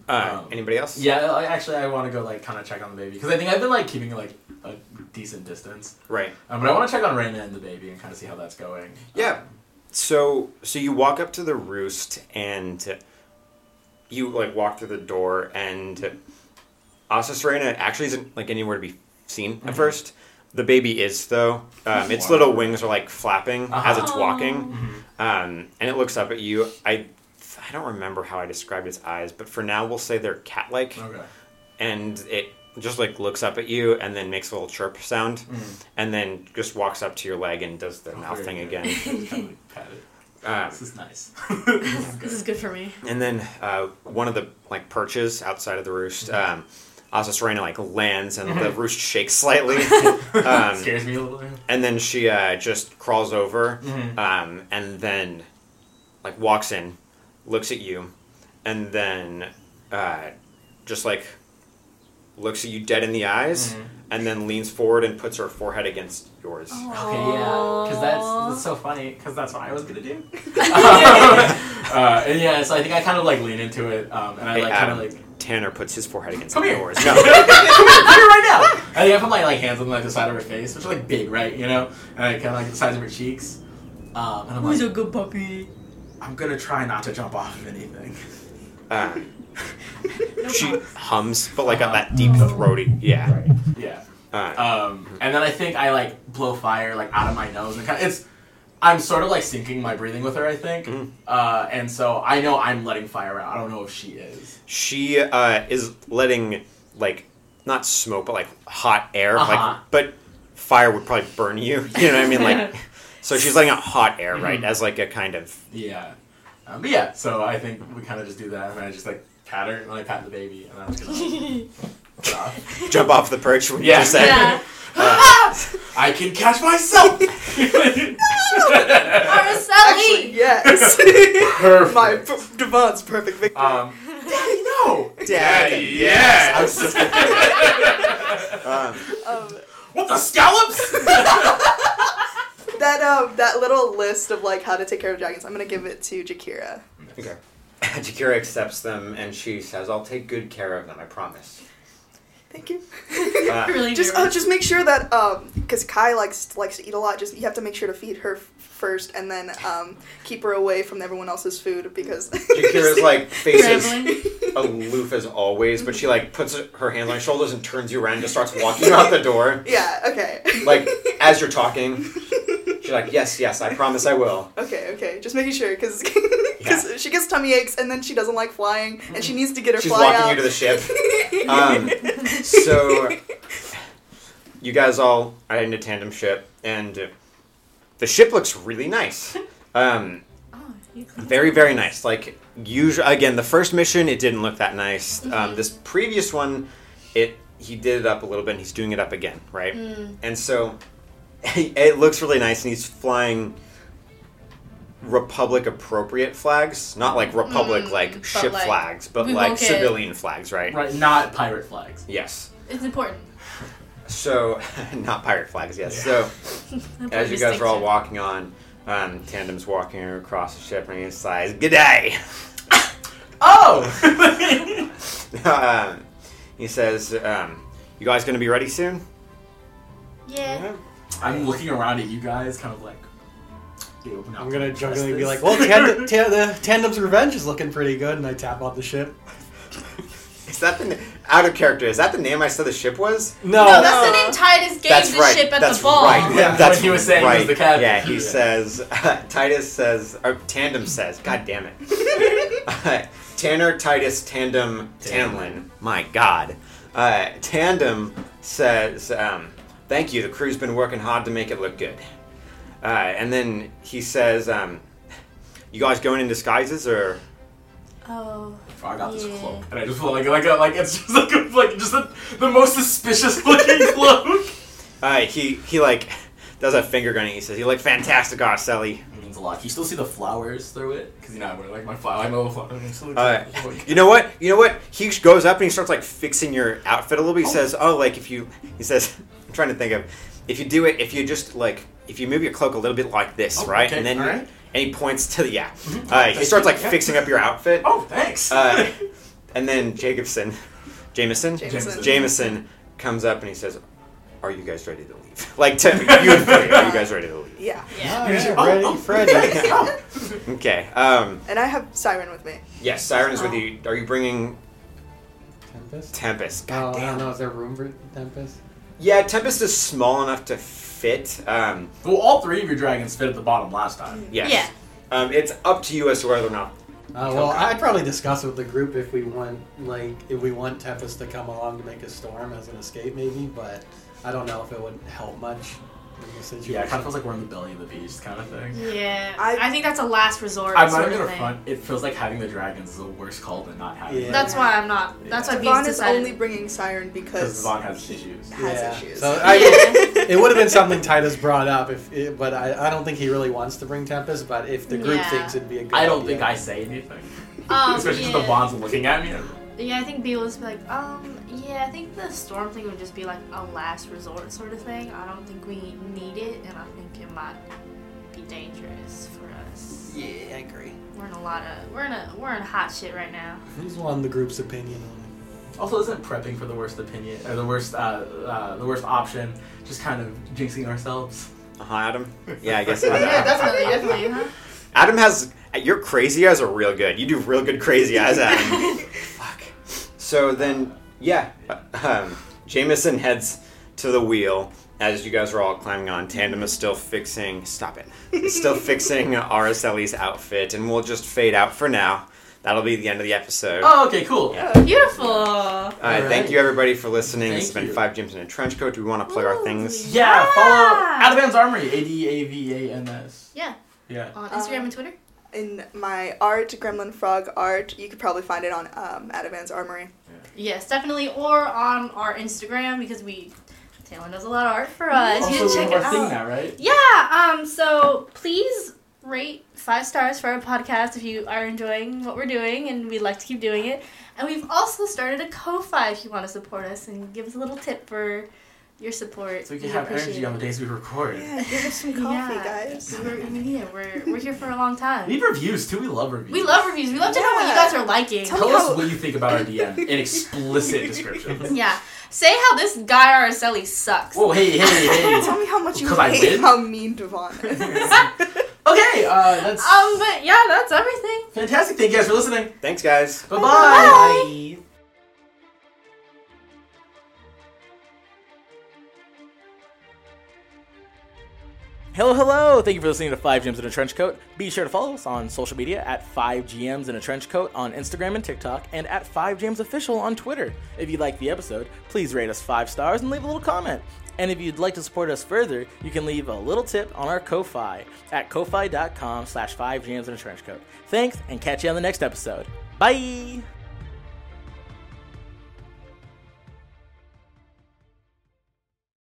Speaker 2: Uh,
Speaker 5: Um,
Speaker 2: anybody else?
Speaker 5: Yeah, I- actually, I want to go like kind of check on the baby because I think I've been like keeping like a decent distance.
Speaker 2: Right.
Speaker 5: Um, but I want to check on Raina and the baby and kind of see how that's going.
Speaker 2: Yeah. So so you walk up to the roost and you like walk through the door and Asa Serena actually isn't like anywhere to be seen at first. The baby is though. Um, its little wings are like flapping as it's
Speaker 6: Uh-huh.
Speaker 2: walking, um, and it looks up at you. I I don't remember how I described its eyes, but for now we'll say they're cat-like.
Speaker 5: Okay.
Speaker 2: and it just like looks up at you and then makes a little chirp sound and then just walks up to your leg and does
Speaker 5: Oh,
Speaker 2: the mouth thing
Speaker 5: <laughs>
Speaker 2: again
Speaker 5: again. Pat it.
Speaker 2: um,
Speaker 5: This
Speaker 2: <laughs>
Speaker 5: is nice. this is
Speaker 6: This
Speaker 5: good.
Speaker 6: is good for me.
Speaker 2: and then uh, one of the like perches outside of the roost um, Asa Serena like lands and the roost shakes slightly um,
Speaker 5: Scares me a little.
Speaker 2: and then she uh, just crawls over
Speaker 5: Mm-hmm.
Speaker 2: um, and then like walks in looks at you and then uh, just like looks at you dead in the eyes
Speaker 5: Mm-hmm.
Speaker 2: and then leans forward and puts her forehead against yours
Speaker 5: Okay, yeah, because that's, that's so funny, because that's what I was gonna
Speaker 2: <laughs>
Speaker 5: do. <laughs> uh, and yeah, so I think I kind of like lean into it, um, and I
Speaker 2: Hey,
Speaker 5: like kind of
Speaker 2: Adam,
Speaker 5: like <laughs>
Speaker 2: tanner puts his forehead against
Speaker 5: Come here.
Speaker 2: yours
Speaker 5: come
Speaker 2: no
Speaker 5: here, <laughs> come here right now. I think I put my like hands on like the side of her face, which are like big, right? You know, and I kind of like the sides of her cheeks. Um, and I'm
Speaker 6: <laughs> Who's a
Speaker 5: like,
Speaker 6: good puppy?
Speaker 5: I'm gonna try not to jump off of anything.
Speaker 2: uh,
Speaker 6: No
Speaker 2: she
Speaker 6: problem.
Speaker 2: hums but like on that deep
Speaker 5: Oh.
Speaker 2: throaty yeah
Speaker 5: <laughs> Yeah.
Speaker 2: uh,
Speaker 5: Um, and then I think I like blow fire like out of my nose and kind of, it's. I'm sort of like syncing my breathing with her, I think,
Speaker 2: Mhm.
Speaker 5: uh, and so I know I'm letting fire out. I don't know if she is.
Speaker 2: she uh, is letting like not smoke but like hot air
Speaker 5: Uh-huh.
Speaker 2: like but fire would probably burn you <laughs> you know what i mean like so she's letting out hot air right as like a kind of
Speaker 5: Yeah. Um, but yeah, so I think we kind of just do that, and I just like pat her, and then I pat the baby, and I'm just gonna put it off.
Speaker 2: jump off the perch when you
Speaker 5: Yeah.
Speaker 2: just said
Speaker 6: <laughs>
Speaker 2: Uh,
Speaker 6: yeah.
Speaker 5: I can catch <laughs> myself.
Speaker 6: E. Araceli!
Speaker 3: Actually, yes.
Speaker 2: <laughs>
Speaker 3: <laughs>
Speaker 5: Perfect.
Speaker 3: My p- Devon's perfect victim.
Speaker 5: um, Daddy, no.
Speaker 2: Daddy,
Speaker 5: yes.
Speaker 2: I was just um,
Speaker 3: um,
Speaker 5: what the <laughs> scallops?
Speaker 3: that um that little list of like how to take care of dragons. I'm gonna give it to Jakira.
Speaker 2: okay <laughs> Jakira accepts them and she says I'll take good care of them I promise
Speaker 3: Thank <laughs> you.
Speaker 2: Uh,
Speaker 6: <laughs> really
Speaker 3: just
Speaker 6: do.
Speaker 3: oh, just make sure that um because Kai likes likes to eat a lot. Just you have to make sure to feed her f- first and then um keep her away from everyone else's food because <laughs>
Speaker 2: Jakira's like faces
Speaker 6: Traveling.
Speaker 2: <laughs> aloof as always, but she like puts her hands on your shoulders and turns you around and just starts walking out the door.
Speaker 3: yeah okay <laughs>
Speaker 2: Like as you're talking, she's like, "Yes, yes, I promise I will."
Speaker 3: okay okay just making sure <laughs> because she gets tummy aches and then she doesn't like flying and she needs to get her
Speaker 2: Mm. She's
Speaker 3: fly
Speaker 2: walking
Speaker 3: out.
Speaker 2: you to the
Speaker 3: <laughs>
Speaker 2: ship. Um, so you guys all are in a tandem ship, and the ship looks really nice. Um,
Speaker 6: Oh, you can-
Speaker 2: Very, very nice. Like usual. Again, the first mission it didn't look that nice.
Speaker 6: Mm-hmm.
Speaker 2: Um, this previous one, it he did it up a little bit. and He's doing it up again, right?
Speaker 6: Mm.
Speaker 2: And so <laughs> it looks really nice, and he's flying Republic appropriate flags, not like Republic
Speaker 6: Mm,
Speaker 2: like
Speaker 6: but
Speaker 2: ship
Speaker 6: like,
Speaker 2: flags, but
Speaker 6: we
Speaker 2: like
Speaker 6: won't get-
Speaker 2: civilian flags, right?
Speaker 5: right, not pirate flags.
Speaker 2: Yes.
Speaker 6: It's important.
Speaker 2: So <laughs> not pirate flags. Yes. So as
Speaker 6: Important
Speaker 2: you guys are all
Speaker 6: distinction.
Speaker 2: walking on, um, tandems walking across the ship, and he says, "G'day."
Speaker 5: <laughs> Oh.
Speaker 2: um, he says, um, "You guys gonna be ready soon?"
Speaker 6: Yeah.
Speaker 5: I'm looking around at you guys, kind of like. they open
Speaker 7: <laughs>
Speaker 5: up.
Speaker 7: I'm gonna
Speaker 5: Press
Speaker 7: jokingly be
Speaker 5: this.
Speaker 7: like, "Well, <laughs> tand-
Speaker 5: <laughs>
Speaker 7: ta- the tandem's revenge is looking pretty good," and I tap on the <laughs> ship.
Speaker 2: Is that the out of character? Is that the name I said the ship was?
Speaker 7: No,
Speaker 6: No, that's the name Titus gave
Speaker 2: Oh. That's
Speaker 6: the
Speaker 2: right.
Speaker 6: ship at
Speaker 2: That's
Speaker 6: the ball.
Speaker 2: right.
Speaker 5: Yeah,
Speaker 2: That's
Speaker 5: what he was saying was
Speaker 2: right.
Speaker 5: the captain.
Speaker 2: Yeah, he
Speaker 5: Yeah.
Speaker 2: says. <laughs> Titus says, or Tandem says. God damn
Speaker 5: <laughs>
Speaker 2: it. Tanner, Titus, Tandem, Tamlin. My God. Uh, tandem says, um, "Thank you. The crew's been working hard to make it look good." Uh, and then he says, um, "You guys going in disguises or?"
Speaker 6: Oh.
Speaker 5: I got this
Speaker 6: Yeah.
Speaker 5: cloak, and I just feel like like a, like it's just like a, like just a, the most suspicious <laughs> looking cloak.
Speaker 2: Uh, he he like does a finger gun. And he says, "You look fantastic, Arceli."
Speaker 5: I mean, means a lot. Can you still see the flowers through it? Because you know I wear like my flower. I know the flowers. It still looks
Speaker 2: Uh,
Speaker 5: like-
Speaker 2: you know what? You know what? He goes up and he starts like fixing your outfit a little bit. He says, "Oh, like if you," he says, <laughs> "I'm trying to think of, if you do it, if you just like, if you move your cloak a little bit like this,
Speaker 5: Oh,
Speaker 2: right?"
Speaker 5: okay,
Speaker 2: and then,
Speaker 5: all right. Mm-hmm.
Speaker 2: and he points to the yeah. Uh, he
Speaker 5: Thank
Speaker 2: starts
Speaker 5: you,
Speaker 2: like
Speaker 5: yeah.
Speaker 2: fixing up your outfit,
Speaker 5: Oh, thanks.
Speaker 2: uh, and then Jacobson, Jameson,
Speaker 3: Jameson.
Speaker 2: Jameson comes up and he says, "Are you guys ready to leave?" <laughs> Like to you and Freddy, are you guys ready to leave? <laughs>
Speaker 3: Yeah.
Speaker 6: <laughs> Yeah.
Speaker 4: Here's
Speaker 5: Oh,
Speaker 4: Ready,
Speaker 5: oh,
Speaker 4: Freddy.
Speaker 5: thanks. Oh.
Speaker 2: Okay. Um,
Speaker 3: <laughs> And I have Siren with me.
Speaker 2: yes, Siren
Speaker 5: Oh.
Speaker 2: is with you. Are you bringing
Speaker 7: Tempest?
Speaker 2: Tempest?
Speaker 7: Oh,
Speaker 2: God
Speaker 7: I
Speaker 2: damn.
Speaker 7: don't know. Is there room for Tempest?
Speaker 2: Yeah, Tempest is small enough to fit. Um,
Speaker 5: Well, all three of your dragons fit at the bottom last time.
Speaker 2: yes.
Speaker 6: Yeah.
Speaker 2: Um, it's up to you as to whether or not.
Speaker 7: Uh, well, I'd probably discuss with the group if we want, like, if we want Tempest to come along to make a storm as an escape, maybe. But I don't know if it would help much in the situation.
Speaker 5: Yeah, it kind of feels like we're in the belly of the beast kind of thing.
Speaker 6: Yeah.
Speaker 3: I-
Speaker 6: I, think that's a last resort.
Speaker 5: I'm
Speaker 6: sort
Speaker 5: not
Speaker 6: of
Speaker 5: gonna
Speaker 6: thing.
Speaker 5: front. It feels like having the dragons is a worse call than not having.
Speaker 7: Yeah.
Speaker 5: them.
Speaker 6: That's why I'm not. That's why Beans
Speaker 3: Vaughn is
Speaker 6: decided.
Speaker 3: only bringing Siren
Speaker 5: Because
Speaker 3: because
Speaker 5: Vaughn has issues.
Speaker 3: has
Speaker 7: Yeah.
Speaker 3: issues.
Speaker 7: So I, it would have been something Titus brought up, if, it, but I, I don't think he really wants to bring Tempest. But if the group
Speaker 6: Yeah.
Speaker 7: thinks it'd be a good,
Speaker 5: I don't
Speaker 7: idea.
Speaker 5: think I say anything. <laughs>
Speaker 6: Um,
Speaker 5: Especially
Speaker 6: yeah.
Speaker 5: since the Vaughn's looking at me.
Speaker 6: Yeah, I think B will just be like, um, yeah, I think the storm thing would just be like a last resort sort of thing. I don't think we need it, and I think it might be dangerous for us.
Speaker 7: Yeah, I agree.
Speaker 6: We're in a lot of we're in a we're in hot shit right now.
Speaker 7: Who's won the group's opinion on
Speaker 5: Also, isn't prepping for the worst opinion or the worst uh, uh, the worst option just kind of jinxing ourselves?
Speaker 2: Uh-huh, Adam? Yeah, I <laughs> guess it is.
Speaker 6: yeah, definitely, definitely, <laughs> huh?
Speaker 2: Adam has. Your crazy eyes are real good. You do real good crazy eyes,
Speaker 6: <laughs>
Speaker 2: Adam. Fuck. So then, yeah. Um, Jameson heads to the wheel as you guys are all climbing on. Tandem is still fixing. Stop it. It's still fixing RSLE's outfit, and we'll just fade out for now. That'll be the end of the episode.
Speaker 5: Oh, okay, cool.
Speaker 6: <laughs> Beautiful.
Speaker 2: All right, thank
Speaker 5: Alright.
Speaker 2: you everybody for listening. this has
Speaker 5: Thank
Speaker 2: been
Speaker 5: you.
Speaker 2: Five Gyms in a Trench Coat. Do we want to play our things?
Speaker 5: Yeah, follow
Speaker 6: Yeah.
Speaker 5: Out of Bounds Armory, A D A V A N S.
Speaker 6: Yeah.
Speaker 5: Yeah.
Speaker 6: On Instagram and Twitter.
Speaker 3: in my art, Gremlin Frog art, you could probably find it on um, Adavan's Armory.
Speaker 6: Yes, definitely. Or on our Instagram because we Taylor does a lot of art for us. You should
Speaker 5: Also,
Speaker 6: check
Speaker 5: our
Speaker 6: it
Speaker 5: thing
Speaker 6: out.
Speaker 5: now, right?
Speaker 6: Yeah, um, so please rate five stars for our podcast if you are enjoying what we're doing and we'd like to keep doing it. And we've also started a Ko-Fi if you want to support us and give us a little tip for your support.
Speaker 5: So we
Speaker 6: We'd
Speaker 5: can have
Speaker 6: appreciate
Speaker 5: energy on the
Speaker 6: it.
Speaker 5: days we record.
Speaker 3: Yeah, give us some coffee,
Speaker 6: Yeah.
Speaker 3: guys.
Speaker 6: We're, I mean, yeah, we're, we're here for a long
Speaker 5: We
Speaker 6: time.
Speaker 5: need reviews too. We love reviews.
Speaker 6: We love reviews. We love to know what you
Speaker 3: Yeah.
Speaker 6: guys are liking.
Speaker 3: Tell
Speaker 5: Tell
Speaker 3: How-
Speaker 5: us what you think about our
Speaker 6: <laughs>
Speaker 5: DM in explicit descriptions.
Speaker 6: Yeah. Say how this guy Araceli E sucks.
Speaker 5: Whoa, hey, hey,
Speaker 3: Tell
Speaker 5: hey.
Speaker 3: me how much you
Speaker 5: Because I
Speaker 3: hate
Speaker 5: did?
Speaker 3: how mean Devon is.
Speaker 5: okay, uh, that's
Speaker 6: Um, but yeah, that's everything.
Speaker 5: fantastic. Thank you guys for listening.
Speaker 2: Thanks, guys.
Speaker 5: Bye-bye.
Speaker 6: Bye.
Speaker 1: Hello, hello! Thank you for listening to Five Gems in a Trench Coat. Be sure to follow us on social media at Five GMs in a Trench Coat on Instagram and TikTok, and at Five Gems Official on Twitter. If you like the episode, please rate us five stars and leave a little comment. And if you'd like to support us further, you can leave a little tip on our Ko-fi at ko-fi.com slash Five Gems in a Trench Coat. Thanks, and catch you on the next episode. Bye.